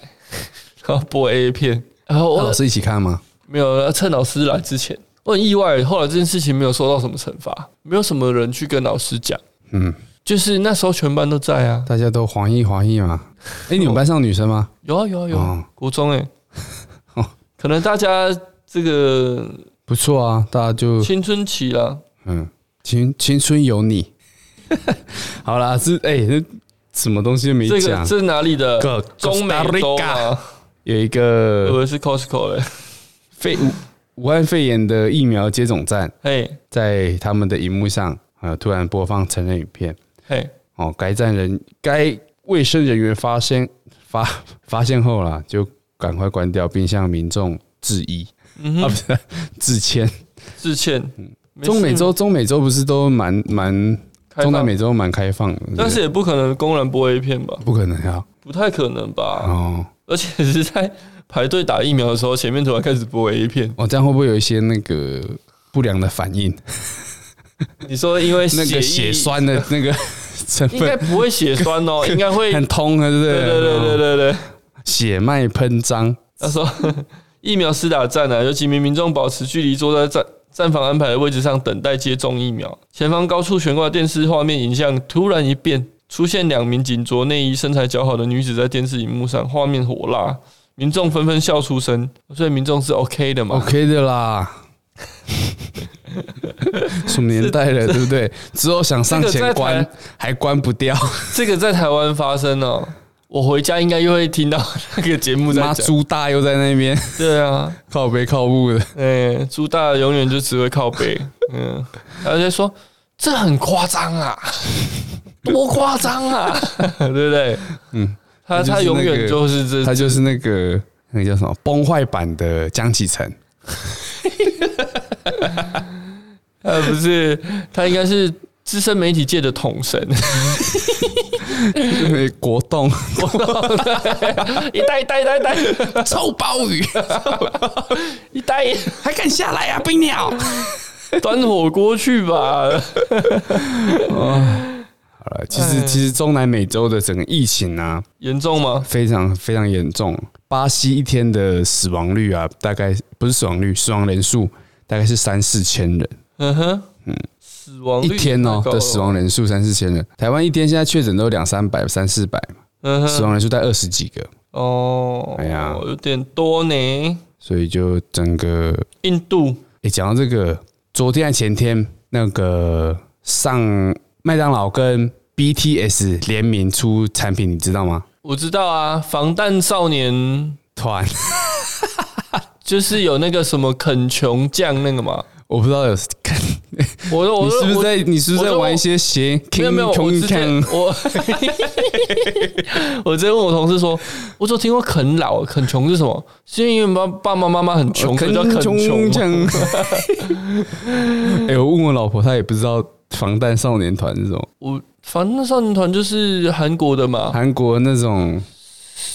Speaker 1: 然后播 A 片。然后
Speaker 2: 那
Speaker 1: 我
Speaker 2: 老师一起看吗？
Speaker 1: 没有趁老师来之前，我很意外，后来这件事情没有受到什么惩罚，没有什么人去跟老师讲。
Speaker 2: 嗯，
Speaker 1: 就是那时候全班都在啊，
Speaker 2: 大家都黄奕黄奕嘛。哎，你们班上女生 吗？
Speaker 1: 有啊有啊有啊，
Speaker 2: 哦，
Speaker 1: 国中哎、
Speaker 2: 哦
Speaker 1: 可能大家这个
Speaker 2: 不错啊，大家就
Speaker 1: 青春期啦，
Speaker 2: 嗯，青青春有你。 好啦，是哎、这什么东西都没
Speaker 1: 这个
Speaker 2: 讲。
Speaker 1: 这哪里的？
Speaker 2: 个
Speaker 1: 中美洲啊，
Speaker 2: 有一
Speaker 1: 我以
Speaker 2: 个
Speaker 1: 为是 Costco 嘞，
Speaker 2: 肺武武汉肺炎的疫苗接种站，
Speaker 1: 嘿
Speaker 2: 在他们的荧幕上呃突然播放成人影片
Speaker 1: 嘿，
Speaker 2: 哦，该站人该卫生人员发现发发现后啦，就赶快关掉，并向民众致意、
Speaker 1: 嗯哼
Speaker 2: 啊，不是致歉。
Speaker 1: 致歉。没事
Speaker 2: 嗯中美洲中美洲不是都蛮蛮
Speaker 1: 开
Speaker 2: 中
Speaker 1: 放
Speaker 2: 南美洲蛮开放的，
Speaker 1: 但是也不可能公然播 A 片吧？
Speaker 2: 不可能啊
Speaker 1: 不太可能吧？
Speaker 2: 哦。
Speaker 1: 而且是在排队打疫苗的时候，前面突然开始播 A 片。
Speaker 2: 哦，这样会不会有一些那个不良的反应？
Speaker 1: 你说因为
Speaker 2: 那个
Speaker 1: 液
Speaker 2: 血栓的那个 成
Speaker 1: 应该
Speaker 2: 分
Speaker 1: 不会血栓 哦，应该会。
Speaker 2: 很通啊，对不
Speaker 1: 对对
Speaker 2: 对？
Speaker 1: 对对对
Speaker 2: 哦，
Speaker 1: 对，
Speaker 2: 血脉喷张，
Speaker 1: 他说 疫苗施打站啊，有几名民众保持距离，坐在站站房安排的位置上等待接种疫苗。前方高处悬挂电视画面影像突然一变，出现两名紧着内衣、身材姣好的女子在电视荧幕上，画面火辣，民
Speaker 2: 哦
Speaker 1: 众纷纷笑出声。所以民众是 OK 的嘛
Speaker 2: OK 的啦。什么年代了，对不对？之后想上
Speaker 1: 这个
Speaker 2: 前
Speaker 1: 在
Speaker 2: 关
Speaker 1: 台
Speaker 2: 还关不掉，
Speaker 1: 这个在台湾发生哦、我回家应该又会听到那个节目在
Speaker 2: 妈
Speaker 1: 讲。
Speaker 2: 猪大又在那边
Speaker 1: 对啊，
Speaker 2: 靠背靠步的，
Speaker 1: 哎、猪大永远就只会靠 背，嗯，而且说这很夸张 啊，多夸张啊，对不对？
Speaker 2: 嗯，
Speaker 1: 他
Speaker 2: 他
Speaker 1: 他
Speaker 2: 就是那
Speaker 1: 永
Speaker 2: 个
Speaker 1: 远就是这，
Speaker 2: 他就是那个那个叫什么崩坏版的江 启程，
Speaker 1: 呃，不是，他应该是资深媒体界的统神，
Speaker 2: 国栋
Speaker 1: 一代一代一代一代
Speaker 2: 臭鲍鱼
Speaker 1: 一代
Speaker 2: 还敢下来啊，冰鸟！
Speaker 1: 端火锅去吧，
Speaker 2: 好了，其
Speaker 1: 哎
Speaker 2: 实其实中南美洲的整个疫情啊，
Speaker 1: 严重吗？
Speaker 2: 非常非常严重。巴西一天的死亡率啊，大概不是死亡率，死亡人数大概是三四千人
Speaker 1: 嗯哼，嗯，死亡
Speaker 2: 一
Speaker 1: 率
Speaker 2: 天哦
Speaker 1: 太高
Speaker 2: 的
Speaker 1: 了
Speaker 2: 死，亡人数三四千人。台湾一天现在确诊都两三百、三四百嘛，
Speaker 1: 嗯
Speaker 2: 死
Speaker 1: 哼，
Speaker 2: 亡人数在二十几个，
Speaker 1: 哦，
Speaker 2: 哎呀
Speaker 1: 有点多呢。
Speaker 2: 所以就整个
Speaker 1: 印度，
Speaker 2: 诶，讲到这个，昨天还前天那个上麦当劳跟 BTS 联名出产品，你知道吗？
Speaker 1: 我知道啊，防弹少年
Speaker 2: 团，
Speaker 1: 就是有那个什么肯琼酱那个嘛，
Speaker 2: 我不知道有看
Speaker 1: 我说我
Speaker 2: 你是不是
Speaker 1: 我
Speaker 2: 在你是不是在
Speaker 1: 我
Speaker 2: 玩一些邪
Speaker 1: 没有没有，我直接我 我直接问我同事说，我只有听过啃老，啃穷是什么？是因为爸爸爸妈妈很
Speaker 2: 哦
Speaker 1: 穷，所以叫啃穷吗。
Speaker 2: 强。 哎，我问我老婆，她也不知道防弹少年团这种
Speaker 1: 我反正那少年团就是韩国的嘛，
Speaker 2: 韩国那种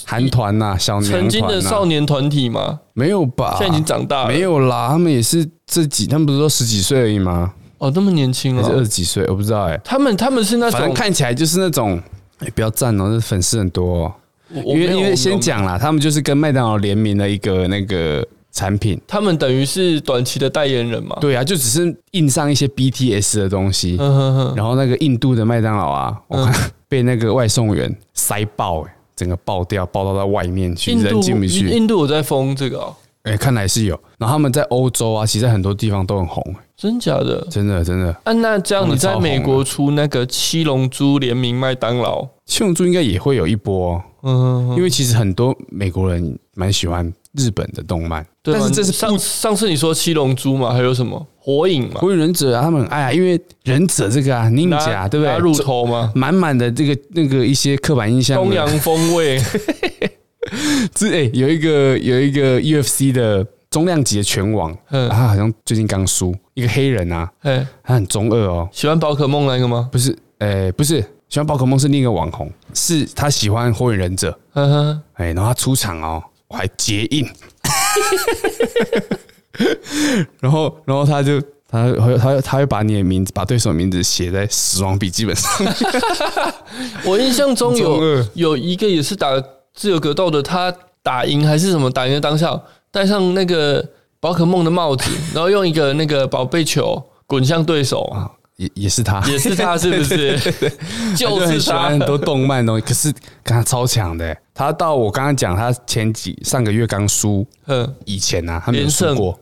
Speaker 2: 韩团呐、小娘
Speaker 1: 曾经
Speaker 2: 团
Speaker 1: 的
Speaker 2: 呐、
Speaker 1: 少年团体嘛，
Speaker 2: 没有吧？
Speaker 1: 现在已经长大了，
Speaker 2: 没有啦，他们也是这几，他们不是说十几岁而已吗？
Speaker 1: 哦，那么年轻
Speaker 2: 还是二
Speaker 1: 了。
Speaker 2: 十几岁？我不知道哎、
Speaker 1: 他们他们是那
Speaker 2: 反正
Speaker 1: 种，
Speaker 2: 看起来就是那种，哎、不要赞哦，这粉丝很多、哦。
Speaker 1: 我我
Speaker 2: 因为
Speaker 1: 没有我
Speaker 2: 因
Speaker 1: 没有
Speaker 2: 为先讲啦，他们就是跟麦当劳联名的一个那个产品。
Speaker 1: 他们等于是短期的代言人嘛。
Speaker 2: 对啊，就只是印上一些 BTS 的东西，
Speaker 1: 哦嗯哼哼，
Speaker 2: 然后那个印度的麦当劳啊，我看 被那个外送员塞爆、欸，整个爆掉，爆到到外面去，
Speaker 1: 印
Speaker 2: 人
Speaker 1: 度
Speaker 2: 进不去。
Speaker 1: 印度有在封这个、哦，
Speaker 2: 哎、看来是有。然后他们在欧洲啊，其实在很多地方都很红、欸
Speaker 1: 真假的？
Speaker 2: 真的真的。
Speaker 1: 啊，那这样
Speaker 2: 他
Speaker 1: 你
Speaker 2: 们
Speaker 1: 在
Speaker 2: 超
Speaker 1: 美
Speaker 2: 红
Speaker 1: 国出那个七龙珠联名麦当劳，
Speaker 2: 七龙珠应该也会有一波哦、
Speaker 1: 嗯，
Speaker 2: 因为其实很多美国人蛮喜欢日本的动漫，
Speaker 1: 对
Speaker 2: 但
Speaker 1: 吧
Speaker 2: 是这是
Speaker 1: 上
Speaker 2: 不
Speaker 1: 上次你说七龙珠嘛，还有什么火影嘛，
Speaker 2: 火影忍者啊，他们很爱啊，因为忍者这个啊
Speaker 1: 拿
Speaker 2: ，ninja 对不
Speaker 1: 拿乳
Speaker 2: 对？
Speaker 1: 头嘛，
Speaker 2: 满满的这个那个一些刻板印象的，
Speaker 1: 东洋风味，
Speaker 2: 这哎、有一个有一个 UFC 的重量级的拳王，啊、
Speaker 1: 嗯，
Speaker 2: 他好像最近刚输，一个黑人啊，
Speaker 1: 哎，
Speaker 2: 他很中二哦，
Speaker 1: 喜欢宝可梦那个吗？
Speaker 2: 不是，呃，不是，喜欢宝可梦是另一个网红，是他喜欢火影忍者，
Speaker 1: 嗯哼，
Speaker 2: 哎、然后他出场哦，我还结印， 然后然后他就。他会他会他会把你的名字，把对手的名字写在死亡笔记本上。
Speaker 1: 我印象中
Speaker 2: 中
Speaker 1: 有
Speaker 2: 二
Speaker 1: 有一个也是打自由格斗的，他打赢还是什么，打赢的当下戴上那个宝可梦的帽子，然后用一个那个宝贝球滚向对手，
Speaker 2: 啊，也也是他，
Speaker 1: 也是他是不 是？
Speaker 2: 他就
Speaker 1: 就
Speaker 2: 很
Speaker 1: 是
Speaker 2: 喜欢
Speaker 1: 他
Speaker 2: 很，多动漫的东西，可是看他超强的欸、他到我刚刚讲，他前几上个月刚输
Speaker 1: 嗯，
Speaker 2: 以前啊，他没有
Speaker 1: 连
Speaker 2: 输
Speaker 1: 胜
Speaker 2: 过，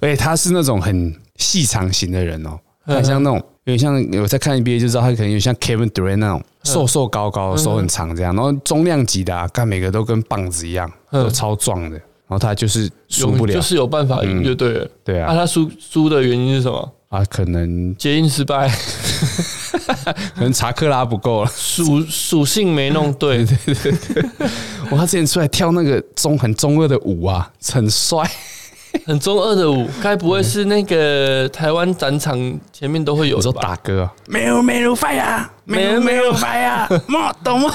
Speaker 2: 而且他是那种很细长型的人哦、
Speaker 1: 嗯
Speaker 2: 很像那种有点像有在看 NBA 就知道他可能有点像 Kevin Durant 那种
Speaker 1: 嗯
Speaker 2: 瘦瘦高高手很长这样，然后中量级的啊，看每个都跟棒子一样，
Speaker 1: 嗯
Speaker 2: 都超壮的，然后他就是
Speaker 1: 有
Speaker 2: 输不了
Speaker 1: 就，是有办法赢就对了。
Speaker 2: 对
Speaker 1: 啊，
Speaker 2: 啊，
Speaker 1: 他输输的原因是什么？
Speaker 2: 啊可能
Speaker 1: 结印失 败，
Speaker 2: 可能查克拉不够了，
Speaker 1: 属属性没弄对，
Speaker 2: 哇，他之前出来跳那个中很中二的舞啊，很帅。
Speaker 1: 很中二的舞，该不会是那个台湾展场前面都会有
Speaker 2: 你
Speaker 1: 的
Speaker 2: 说
Speaker 1: 吧？
Speaker 2: 打歌、啊，没有没有 fire，
Speaker 1: 没有没
Speaker 2: 有 fire，莫懂吗？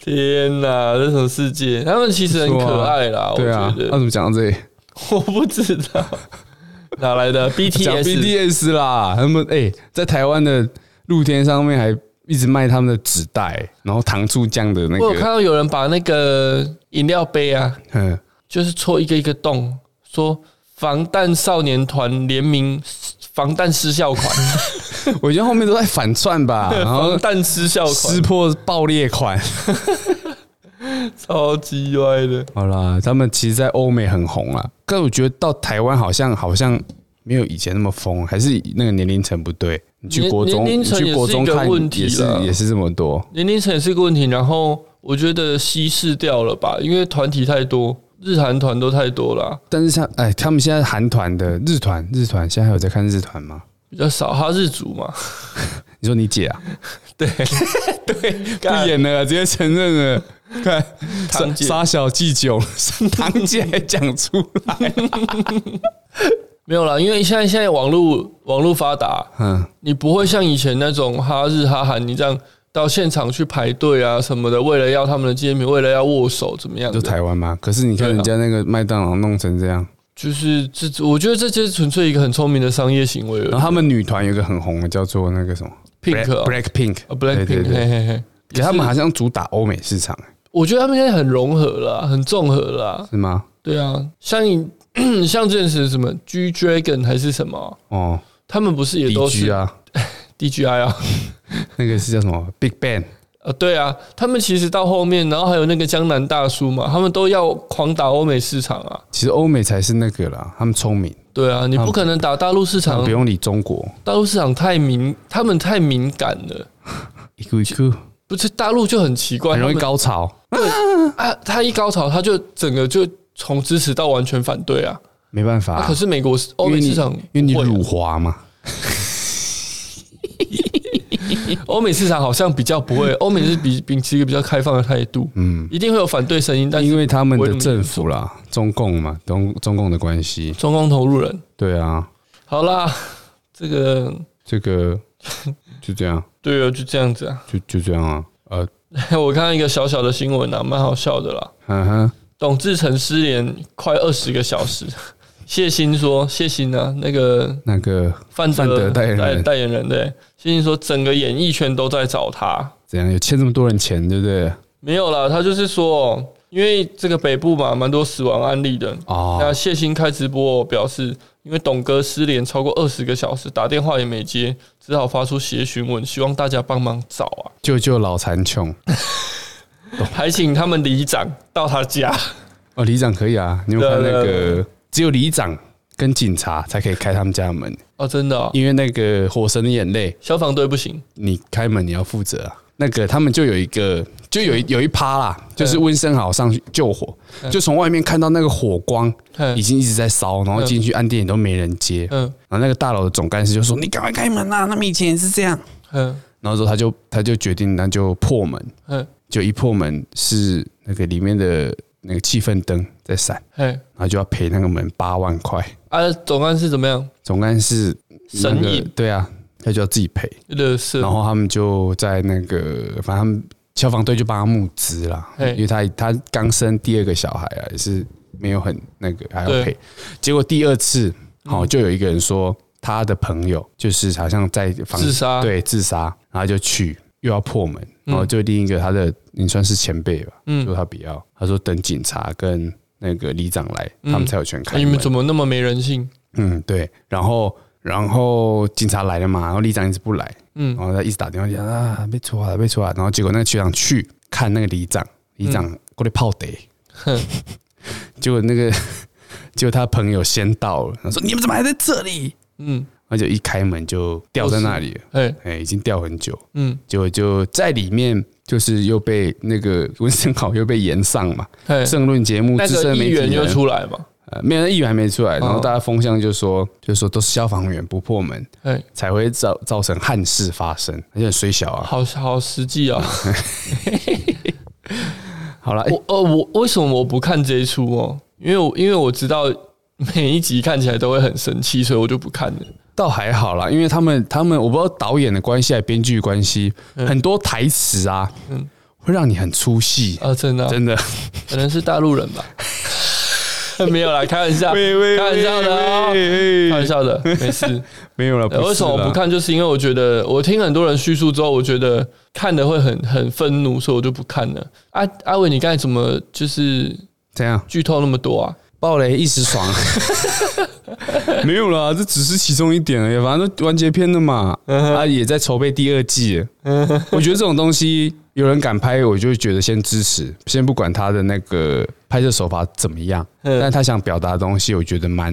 Speaker 1: 天哪，这什么世界？他们其实很可爱啦，我
Speaker 2: 对啊
Speaker 1: 觉，
Speaker 2: 那、
Speaker 1: 得。
Speaker 2: 怎么讲到这里？
Speaker 1: 我不知道哪来的
Speaker 2: 讲
Speaker 1: BTS，
Speaker 2: BTS 啦，他们哎、在台湾的露天上面还一直卖他们的纸袋，然后糖醋酱的那
Speaker 1: 我有看
Speaker 2: 个，
Speaker 1: 到有人把那个饮料杯啊，
Speaker 2: 嗯，
Speaker 1: 就是戳一个一个洞，说防弹少年团联名防弹失效款，
Speaker 2: 我觉得后面都啊 在反串吧，然后
Speaker 1: 防弹失效款
Speaker 2: 撕破爆裂款，
Speaker 1: 超级歪的。
Speaker 2: 好啦，他们其实，在欧美很红啦，但我觉得到台湾好像好像没有以前那么疯，还是那个年龄层不对。你去
Speaker 1: 年
Speaker 2: 国中，
Speaker 1: 年龄
Speaker 2: 你
Speaker 1: 层
Speaker 2: 去国中
Speaker 1: 也是一个
Speaker 2: 看
Speaker 1: 问题
Speaker 2: 也是
Speaker 1: 啦
Speaker 2: 也是这么多。
Speaker 1: 年龄层也是个问题，然后我觉得稀释掉了吧，因为团体太多，日韩团都太多啦，
Speaker 2: 但是像哎，他们现在韩团的日团，日团现在还有在看日团吗？
Speaker 1: 比较少。哈日族嘛，
Speaker 2: 你说你姐啊，
Speaker 1: 对，
Speaker 2: 不演了，直接承 认了。看
Speaker 1: 堂姐
Speaker 2: 杀小 祭酒，堂姐还讲出来，
Speaker 1: 没有啦，因为现在现在网络网络发达，
Speaker 2: 嗯，
Speaker 1: 你不会像以前那种哈日哈韩，你这样到现场去排队啊什么的，为了要他们的纪念品，为了要握手怎么样的
Speaker 2: 就台湾嘛。可是你看人家那个麦当劳弄成这样，
Speaker 1: 就是这，我觉得这就是纯粹一个很聪明的商业行为
Speaker 2: 然
Speaker 1: 了。
Speaker 2: 后他们女团有一个很红的，叫做那个什么
Speaker 1: Pink 啊
Speaker 2: Black Pink，
Speaker 1: 啊，Blackpink，嘿嘿嘿，
Speaker 2: 给他们好像主打欧美市场，
Speaker 1: 我觉得他们现在很融合啦，很综合啦。
Speaker 2: 是吗？
Speaker 1: 对啊，像你 像之前是什么 G Dragon 还是什么，
Speaker 2: 哦
Speaker 1: 他们不是也都
Speaker 2: ，DG
Speaker 1: 是
Speaker 2: 啊，
Speaker 1: DGI 啊？
Speaker 2: 那个是叫什么 Big Bang，
Speaker 1: 呃，对啊，他们其实到后面，然后还有那个江南大叔嘛，他们都要狂打欧美市场啊。
Speaker 2: 其实欧美才是那个啦，他们聪明，
Speaker 1: 对啊，你不可能打大陆市
Speaker 2: 他们
Speaker 1: 场
Speaker 2: 不，用理中国，
Speaker 1: 大陆市场太敏，他们太敏感了。
Speaker 2: 一个一个
Speaker 1: 不是大陆就很奇怪，
Speaker 2: 很容易
Speaker 1: 他们
Speaker 2: 高潮。
Speaker 1: 啊，他一高潮，他就整个就从支持到完全反对啊。
Speaker 2: 没办法、
Speaker 1: 啊可是美国是欧美市场
Speaker 2: 因为你
Speaker 1: 不会啊
Speaker 2: 辱华嘛，
Speaker 1: 欧美市场好像比较不 会，欧美是比秉持一个比较开放的态度，
Speaker 2: 嗯，
Speaker 1: 一定会有反对声音，但
Speaker 2: 因
Speaker 1: 是
Speaker 2: 为他们
Speaker 1: 不会那
Speaker 2: 的
Speaker 1: 么
Speaker 2: 政府啦，中共嘛，中中共的关系，
Speaker 1: 中共投入人，
Speaker 2: 对啊，
Speaker 1: 好啦，这个
Speaker 2: 这 个就这样，
Speaker 1: 对哦，就这样子啊。
Speaker 2: 就就这样啊，呃，
Speaker 1: 我看到一个小小的新闻啊，蛮好笑的啦。
Speaker 2: 嗯哼，
Speaker 1: 董志成失联快二十个小时，谢欣说，谢欣啊，那个
Speaker 2: 那个
Speaker 1: 范
Speaker 2: 范
Speaker 1: 德
Speaker 2: 德代言人
Speaker 1: 代言人对，谢欣说整个演艺圈都在找他，
Speaker 2: 怎样有欠这么多人钱，对不对？
Speaker 1: 没有啦，他就是说，因为这个北部嘛，蛮多死亡案例的。那
Speaker 2: 哦，
Speaker 1: 谢欣开直播表示，因为董哥失联超过二十个小时，打电话也没接，只好发出协询问，希望大家帮忙找啊，
Speaker 2: 救救老残穷
Speaker 1: 还请他们里长到他家。
Speaker 2: 哦，里长可以啊，你有没有看
Speaker 1: 对
Speaker 2: 那
Speaker 1: 啊对啊对
Speaker 2: 个只有里长跟警察才可以开他们家的门，
Speaker 1: 哦，真的哦、
Speaker 2: 因为那个《火神的眼泪》
Speaker 1: 消防队不行，
Speaker 2: 你开门你要负责啊。那个他们就有一个，就有一有一趴啦，就是温升豪上去救火，就从外面看到那个火光
Speaker 1: 嗯
Speaker 2: 已经一直在烧，然后进去按电也都没人接，
Speaker 1: 嗯
Speaker 2: 然后那个大楼的总干事就说：“你赶快开门啦、啊那么以前也是这样。
Speaker 1: 嗯”
Speaker 2: 然后之后他就他就决定那就破门，
Speaker 1: 嗯，
Speaker 2: 就一破门是那个里面的那个气氛灯在闪，
Speaker 1: 嘿，
Speaker 2: 然后就要赔那个门八万块，
Speaker 1: 啊，总干事怎么样？
Speaker 2: 总干事那
Speaker 1: 神
Speaker 2: 个
Speaker 1: 隐
Speaker 2: 对啊，他就要自己赔。
Speaker 1: 乐色
Speaker 2: 然，后他们就在那个，反正他们消防队就帮他募资啦，
Speaker 1: 嘿
Speaker 2: 因为他他刚生第二个小孩啊，也是没有很那个，还
Speaker 1: 对嗯
Speaker 2: 要赔。结果第二次，好、就有一个人说他的朋友就是好像在房
Speaker 1: 自杀
Speaker 2: 对自杀，然后就去又要破门，然后就另一个他的，你算是前辈吧，
Speaker 1: 嗯
Speaker 2: 说他不要，他说等警察跟那个里长来，他们才有权
Speaker 1: 嗯
Speaker 2: 开
Speaker 1: 哎哦你
Speaker 2: 门。
Speaker 1: 们怎么那么没人性？
Speaker 2: 嗯，对，然后然后警察来了嘛，然后里长一直不来，
Speaker 1: 嗯
Speaker 2: 嗯，然后他一直打电话讲啊被抓了被抓了，然后结果那个区长去看那个里长，里长过来泡得，
Speaker 1: 嗯哼，
Speaker 2: 结果那个结果他朋友先到了，他说你们怎么还在这里？
Speaker 1: 嗯，
Speaker 2: 他就一开门就掉在那里了，
Speaker 1: 嘿，
Speaker 2: 哎、已经掉很久，
Speaker 1: 嗯，
Speaker 2: 结果就在里面。就是又被那个温森豪又被延上嘛，
Speaker 1: 嘿，
Speaker 2: 政论节目、
Speaker 1: 嗯那
Speaker 2: 资
Speaker 1: 个
Speaker 2: 深
Speaker 1: 议
Speaker 2: 媒体
Speaker 1: 员就
Speaker 2: 人
Speaker 1: 出来嘛，
Speaker 2: 呃，没有那议员还没出来，然后
Speaker 1: 嗯
Speaker 2: 大家风向就说，就说都是消防员不破门
Speaker 1: 嘿，
Speaker 2: 才会造造成憾事发生，而且很虽小啊。
Speaker 1: 好好实际啊。
Speaker 2: 好了，欸
Speaker 1: 我呃，我为什么我不看这一出哦？因为我因为我知道每一集看起来都会很生气，所以我就不看了。
Speaker 2: 倒还好啦，因为他们他们我不知道导演的关系还是编剧关系，很多台词啊，会让你很出戏，
Speaker 1: 啊，真的啊、
Speaker 2: 真的。
Speaker 1: 可能是大陆人吧。 没有啦，开玩笑，
Speaker 2: 喂喂
Speaker 1: 开玩笑的哦，
Speaker 2: 喂
Speaker 1: 开玩笑的，没 事。
Speaker 2: 没有了，
Speaker 1: 呃为什么我不
Speaker 2: 是啦？
Speaker 1: 看？就是因为我觉得我听很多人叙述之后，我觉得看的会很很愤怒，所以我就不看了。阿阿伟，你刚才怎么就是
Speaker 2: 怎样？
Speaker 1: 剧透那么多啊？
Speaker 2: 暴雷一时 爽，没有啦，这只是其中一点而已，反正都完结篇了嘛，
Speaker 1: 嗯
Speaker 2: 啊，也在筹备第二季了。我觉得这种东西有人敢拍，我就觉得先支持，先不管他的那个拍摄手法怎么样，
Speaker 1: 嗯
Speaker 2: 但他想表达的东西，我觉得蛮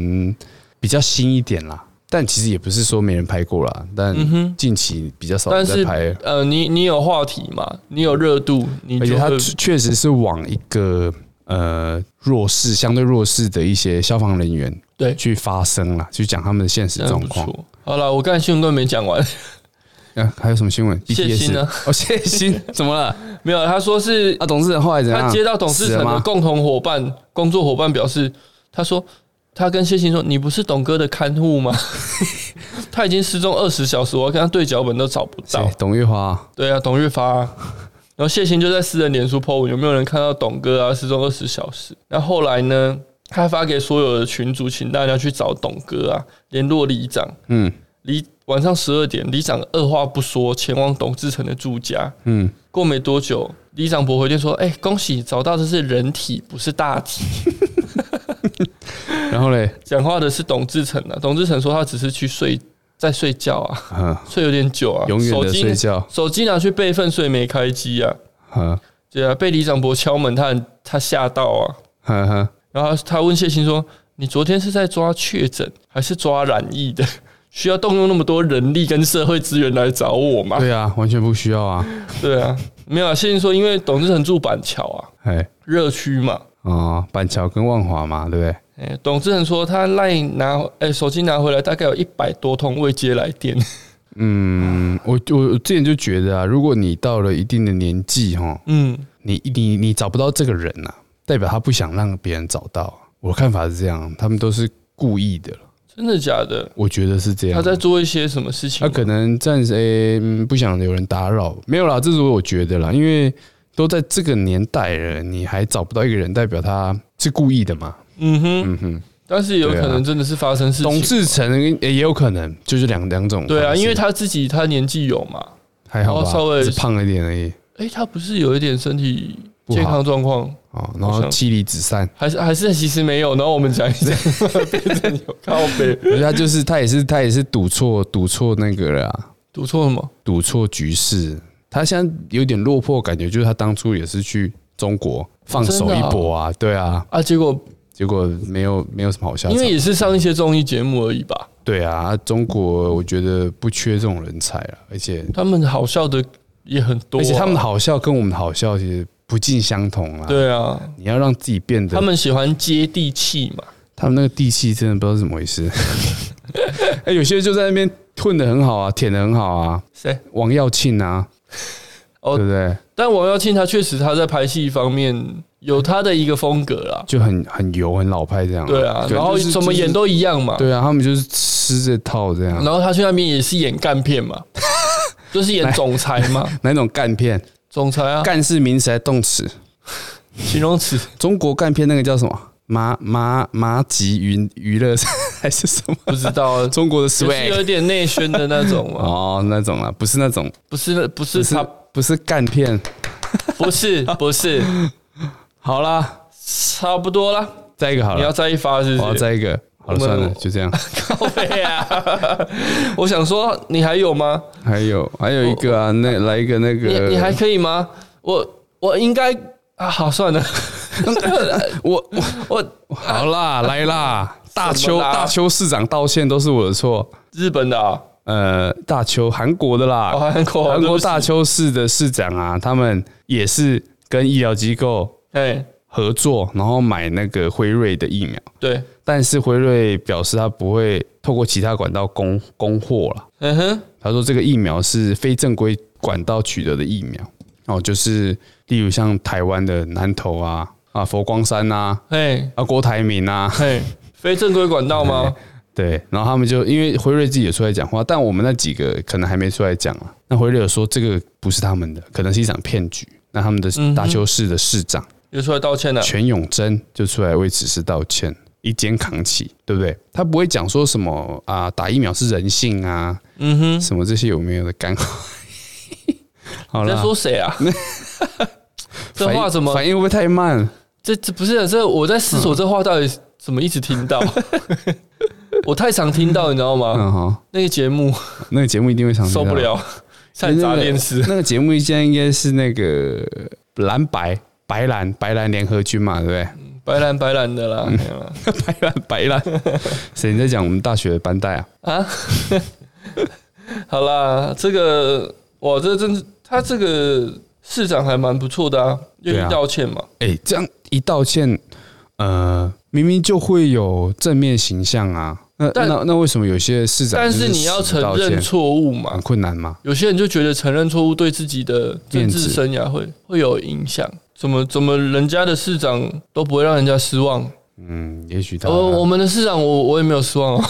Speaker 2: 比较新一点啦。但其实也不是说没人拍过啦，但近期比较少
Speaker 1: 嗯但
Speaker 2: 人在
Speaker 1: 是
Speaker 2: 拍了。
Speaker 1: 呃，你你有话题嘛？你有热度，你
Speaker 2: 而且
Speaker 1: 就
Speaker 2: 它
Speaker 1: 会
Speaker 2: 确确实是往一个呃弱势、相对弱势的一些消防人员
Speaker 1: 对
Speaker 2: 去发声啦，去讲他们的现实
Speaker 1: 这样
Speaker 2: 状
Speaker 1: 不
Speaker 2: 况。
Speaker 1: 错。好了，我刚才新闻都没讲完，
Speaker 2: 啊，还有什么新闻
Speaker 1: 谢欣啊
Speaker 2: ？BTS
Speaker 1: 呢？
Speaker 2: 哦，谢 欣怎么了？
Speaker 1: 没有，他说是
Speaker 2: 啊，董事长后来怎样？
Speaker 1: 他接到董事
Speaker 2: 死
Speaker 1: 层
Speaker 2: 了
Speaker 1: 的
Speaker 2: 吗？
Speaker 1: 共同伙伴、工作伙伴表示，他说他跟谢欣说：“你不是董哥的看护 吗？他已经失踪二十小时，我跟他对脚本都找不到
Speaker 2: 谁。董月华”
Speaker 1: 对啊，董月发、啊。然后谢欣就在私人脸书 po 文，有没有人看到董哥啊失踪二十小时？那后来呢，他发给所有的群主，请大家去找董哥啊，联络里长。
Speaker 2: 嗯
Speaker 1: 里晚上十二点，里长二话不说前往董志成的住家。
Speaker 2: 嗯，
Speaker 1: 过没多久，李长博回电说：“哎、恭喜找到的是人体，不是大体。
Speaker 2: 然后嘞，”
Speaker 1: 讲话的是董志成啊。董志成说他只是去睡，在睡觉 啊，
Speaker 2: 嗯，
Speaker 1: 睡有点久啊，
Speaker 2: 永远
Speaker 1: 手
Speaker 2: 的
Speaker 1: 机
Speaker 2: 睡觉，
Speaker 1: 手机拿去备份，所以没开机啊。
Speaker 2: 嗯
Speaker 1: 对啊，被李长博敲门，他很他吓到啊。
Speaker 2: 嗯嗯，
Speaker 1: 然后他问谢欣说：“你昨天是在抓确诊，还是抓染疫的？ 需要动用那么多人力跟社会资源来找我吗
Speaker 2: 对啊，完全不需要啊，？”
Speaker 1: 对啊，没有啊。谢欣说，因为董志成住板桥啊，
Speaker 2: 哎。
Speaker 1: 热区嘛，
Speaker 2: 哦，板桥跟万华嘛，对不对？
Speaker 1: 哎、董志成说他赖拿哎、手机拿回来，大概有一百多通未接来电。
Speaker 2: 嗯，我我我之前就觉得啊，如果你到了一定的年纪，哈，
Speaker 1: 嗯，
Speaker 2: 你你你找不到这个人呐、代表他不想让别人找到啊、我的看法是这样，他们都是故意的，
Speaker 1: 真的假的？
Speaker 2: 我觉得是这样。
Speaker 1: 他在做一些什么事情
Speaker 2: 他
Speaker 1: 吗？
Speaker 2: 可能暂时、诶嗯不想有人打扰，没有啦，这是我觉得啦，因为都在这个年代了，你还找不到一个人，代表他是故意的嘛？
Speaker 1: 嗯哼，
Speaker 2: 嗯哼，
Speaker 1: 但是有
Speaker 2: 对啊
Speaker 1: 可能真的是发生事情。
Speaker 2: 董志成诶也有可能，就是两两种方式。
Speaker 1: 对啊，因为他自己他年纪有嘛，
Speaker 2: 还好吧，
Speaker 1: 哦稍微
Speaker 2: 只是胖了一点而已。
Speaker 1: 哎、他不是有一点身体
Speaker 2: 不好
Speaker 1: 健康状况，
Speaker 2: 哦，然
Speaker 1: 好
Speaker 2: 后
Speaker 1: 像
Speaker 2: 妻离子散，
Speaker 1: 还是还是其实没有？然后我们讲一讲，变成有靠背
Speaker 2: 我觉得他就是他也是他也是赌错赌错那个了啊、
Speaker 1: 读错了吗？
Speaker 2: 赌错局势，他现在有点落魄，感觉就是他当初也是去中国放手一搏啊，对啊，
Speaker 1: 啊，结果
Speaker 2: 结果没有没有什么好下场
Speaker 1: 因，为也是上一些综艺节目而已吧，
Speaker 2: 对啊，中国我觉得不缺这种人才啊，而且
Speaker 1: 他们好笑的也很多啊、
Speaker 2: 而且他们的好笑跟我们的好笑其实不尽相同啊，，
Speaker 1: 对啊，
Speaker 2: 你要让自己变得
Speaker 1: 他们喜欢接地气嘛。
Speaker 2: 他们那个地气真的不知道是怎么 回事，哎，有些就在那边混的很好啊，舔的很好啊，
Speaker 1: 谁？
Speaker 2: 王耀庆啊，
Speaker 1: 哦
Speaker 2: 对不对？
Speaker 1: 但王耀庆他确实他在拍戏方面有他的一个风格啦，
Speaker 2: 就很很油很老派这样、
Speaker 1: 对啊，
Speaker 2: 可能
Speaker 1: 然后
Speaker 2: 嗯就是
Speaker 1: 怎么演都一样嘛，
Speaker 2: 对啊，啊他们就是吃这套这样
Speaker 1: 然。后他去那边也是演干片 嘛，就是演总裁嘛，
Speaker 2: 哪种干片？
Speaker 1: 总裁啊，
Speaker 2: 干是名词还是动词？
Speaker 1: 形容词
Speaker 2: 中国干片那个叫什么？麻麻麻吉娱娱乐还是什么？
Speaker 1: 不知道 啊，
Speaker 2: 中国的
Speaker 1: 只是
Speaker 2: swag
Speaker 1: 有点内宣的那种嘛，
Speaker 2: 哦，那种啊，不是那种，
Speaker 1: 不是那不
Speaker 2: 不
Speaker 1: 是
Speaker 2: 是
Speaker 1: 他
Speaker 2: 不是干片。
Speaker 1: 不是不是，
Speaker 2: 好啦，
Speaker 1: 差不多啦，
Speaker 2: 再一个好
Speaker 1: 你要
Speaker 2: 了，
Speaker 1: 再一发是
Speaker 2: 我要
Speaker 1: 不是？
Speaker 2: 再一个。好了，
Speaker 1: 我们
Speaker 2: 算了，就这样。
Speaker 1: 靠背啊！ 我想说你还有吗？
Speaker 2: 还有还有一个啊，那来一个那
Speaker 1: 你
Speaker 2: 个，
Speaker 1: 你还可以吗？我我应该啊，好算 了，
Speaker 2: 我
Speaker 1: 我
Speaker 2: 我好啦，来啦，大邱
Speaker 1: 什么啦
Speaker 2: 大邱市长道歉都是我的错。
Speaker 1: 日本的啊，
Speaker 2: 呃，大邱韩国的啦，
Speaker 1: 哦韩国
Speaker 2: 韩
Speaker 1: 对不
Speaker 2: 国
Speaker 1: 起
Speaker 2: 大邱市的市长啊，他们也是跟医疗机构
Speaker 1: 哎，
Speaker 2: 合作，然后买那个辉瑞的疫苗，
Speaker 1: 对，
Speaker 2: 但是辉瑞表示他不会透过其他管道供供货了。
Speaker 1: 嗯哼，
Speaker 2: 他说这个疫苗是非正规管道取得的疫苗，哦，就是例如像台湾的南投啊、啊佛光山啊、
Speaker 1: 嘿，
Speaker 2: 啊郭台铭啊，
Speaker 1: 嘿，非正规管道吗？
Speaker 2: 对，然后他们就因为辉瑞自己也出来讲话，但我们那几个可能还没出来讲啊。那辉瑞有说这个不是他们的，可能是一场骗局。那他们的大邱市的市长
Speaker 1: 有出来道歉了，啊
Speaker 2: 全永贞就出来为此事道歉，一肩扛起，对不对？他不会讲说什么啊，打疫苗是人性啊，
Speaker 1: 嗯哼，
Speaker 2: 什么这些有没有的干话。好
Speaker 1: 你在
Speaker 2: 了，
Speaker 1: 说谁 啊？这话怎么？
Speaker 2: 反应会不会太慢？
Speaker 1: 嗯这这不是这我在思索这话到底怎么一直听到？啊 我太常听到，你知道吗？
Speaker 2: 嗯哈，
Speaker 1: 那个节目
Speaker 2: 那个节目一定会常听
Speaker 1: 哦受
Speaker 2: 到
Speaker 1: 不，了，太杂电视。
Speaker 2: 那个节目现在应该是那个蓝白白蓝白蓝联合军嘛，对 不对？
Speaker 1: 白兰白兰的啦，哎没有啦
Speaker 2: 白烂白烂，谁你在讲我们大学的班代啊？
Speaker 1: 啊， 好啦，这个哇，这真是他这个市长还蛮不错的啊，愿
Speaker 2: 对
Speaker 1: 意
Speaker 2: 啊
Speaker 1: 道歉嘛，
Speaker 2: 哎、这样一道歉，呃，明明就会有正面形象啊。那
Speaker 1: 但
Speaker 2: 那那为什么有些市长
Speaker 1: 但是
Speaker 2: 啊就
Speaker 1: 你要
Speaker 2: 死不
Speaker 1: 承
Speaker 2: 道歉嗯
Speaker 1: 认错误嘛
Speaker 2: 很，困难吗？
Speaker 1: 有些人就觉得承认错误对自己的政
Speaker 2: 面
Speaker 1: 治
Speaker 2: 子
Speaker 1: 生涯会会有影响，怎么怎么人家的市长都不会让人家失望，
Speaker 2: 嗯，也许他
Speaker 1: 哦我我们的市长我我也没有失望哦，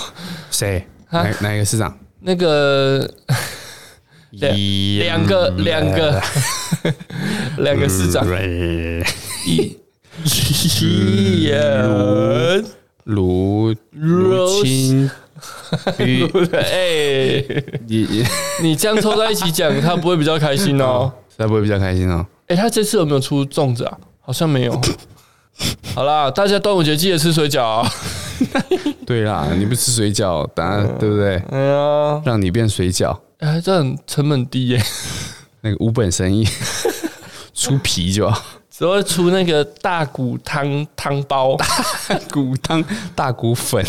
Speaker 2: 谁
Speaker 1: 啊
Speaker 2: 哪哪一个市长？
Speaker 1: 那个两
Speaker 2: 一
Speaker 1: 两个
Speaker 2: 嗯
Speaker 1: 两个 两个市长，一
Speaker 2: 嗯
Speaker 1: 一人
Speaker 2: 卢卢
Speaker 1: Rose
Speaker 2: 清于
Speaker 1: 哎，
Speaker 2: 也也，
Speaker 1: 你这样凑在一起讲，他不会比较开心 哦。
Speaker 2: 他不会比较开心哦。
Speaker 1: 哎，他这次有没有出粽子啊？好像 没有。好啦，大家端午节记得吃水饺啊！
Speaker 2: 对
Speaker 1: 嗯
Speaker 2: 啦，你不吃水饺，答案对不对？
Speaker 1: 哎呀，
Speaker 2: 让你变水饺，
Speaker 1: 哎，这很成本低耶，
Speaker 2: 那个无本 生意，出皮就好。
Speaker 1: 只会出那个大骨汤汤包。
Speaker 2: 骨汤大骨粉，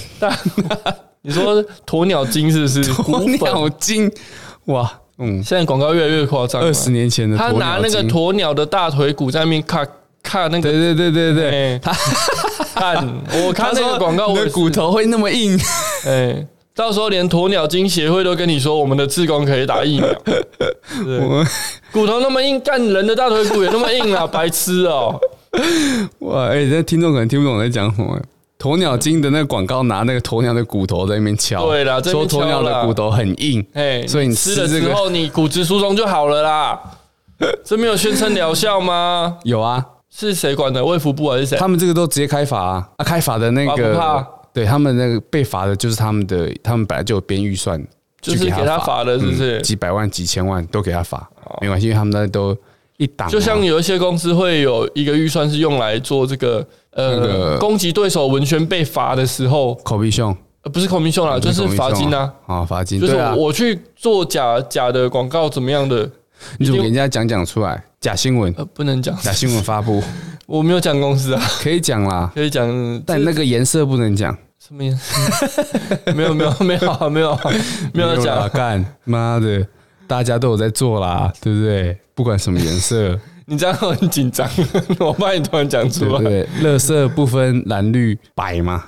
Speaker 1: 你说鸵鸟精是不是？ 骨粉
Speaker 2: 鸟精，哇，嗯，
Speaker 1: 现在广告越来越夸张了，
Speaker 2: 二十年前的
Speaker 1: 他
Speaker 2: 鸵
Speaker 1: 拿
Speaker 2: 鸟
Speaker 1: 那个
Speaker 2: 精，
Speaker 1: 鸵鸟的大腿骨在那边咔咔那个，
Speaker 2: 对对对对对，
Speaker 1: 哎， 他看我看那个广告，
Speaker 2: 你
Speaker 1: 我
Speaker 2: 的
Speaker 1: 也是
Speaker 2: 骨头会那么硬，
Speaker 1: 哎，到时候连鸵鸟精协会都跟你说，我们的志工可以打 疫苗。对
Speaker 2: 我
Speaker 1: 骨头那么硬，干人的大腿骨也那么硬啊，白痴 哦、
Speaker 2: 哇，哎，这听众可能听不懂我在讲什么。鸵鸟精的那个广告，拿那个鸵鸟的骨头在那边敲，
Speaker 1: 对啦这边
Speaker 2: 说鸵鸟
Speaker 1: 敲
Speaker 2: 的
Speaker 1: 啦
Speaker 2: 骨头很硬，
Speaker 1: 哎，
Speaker 2: 所以你
Speaker 1: 吃
Speaker 2: 吃
Speaker 1: 了
Speaker 2: 这
Speaker 1: 之
Speaker 2: 个
Speaker 1: 后，你骨质疏松就好了啦。这没有宣称疗效吗？
Speaker 2: 有啊，
Speaker 1: 是谁管的？卫福部还是谁？
Speaker 2: 他们这个都直接开罚啊，啊开罚的那个，
Speaker 1: 哎罚不
Speaker 2: 对他们那个被罚的就是他们的，他们本来就有编预算，
Speaker 1: 就是
Speaker 2: 去
Speaker 1: 给他罚的，是不是哦
Speaker 2: 嗯？几百万、几千万都给他罚，没关系，因为他们那都一档啊、
Speaker 1: 就像有一些公司会有一个预算是用来做这个呃、
Speaker 2: 那个
Speaker 1: 攻击对手文宣被罚的时候，
Speaker 2: 口鼻胸，
Speaker 1: 呃、不是 commission
Speaker 2: 嗯
Speaker 1: 啦，就是罚金啊，
Speaker 2: 啊，哦罚金，
Speaker 1: 就是
Speaker 2: 对啊，
Speaker 1: 我去做假假的广告怎么样的，
Speaker 2: 你怎么给人家讲讲出来？假 新闻，
Speaker 1: 呃，不能讲，
Speaker 2: 假新闻发布
Speaker 1: 我没有讲公司啊，
Speaker 2: 可以讲 啦，
Speaker 1: 可以讲，呃
Speaker 2: 但那个颜色不能讲，
Speaker 1: 这什么意思？ 没有没有没有啊没有啊没有
Speaker 2: 啦
Speaker 1: 讲，
Speaker 2: 干，妈的，大家都有在做啦，对不对？不管什么颜 色，
Speaker 1: 你这样我很紧张， 我怕你突然讲
Speaker 2: 对
Speaker 1: 出
Speaker 2: 不
Speaker 1: 来。
Speaker 2: 对？乐色不分蓝绿 白嘛。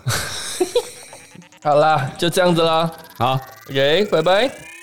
Speaker 1: 好啦，就这样子啦
Speaker 2: 好，
Speaker 1: ，OK，拜拜。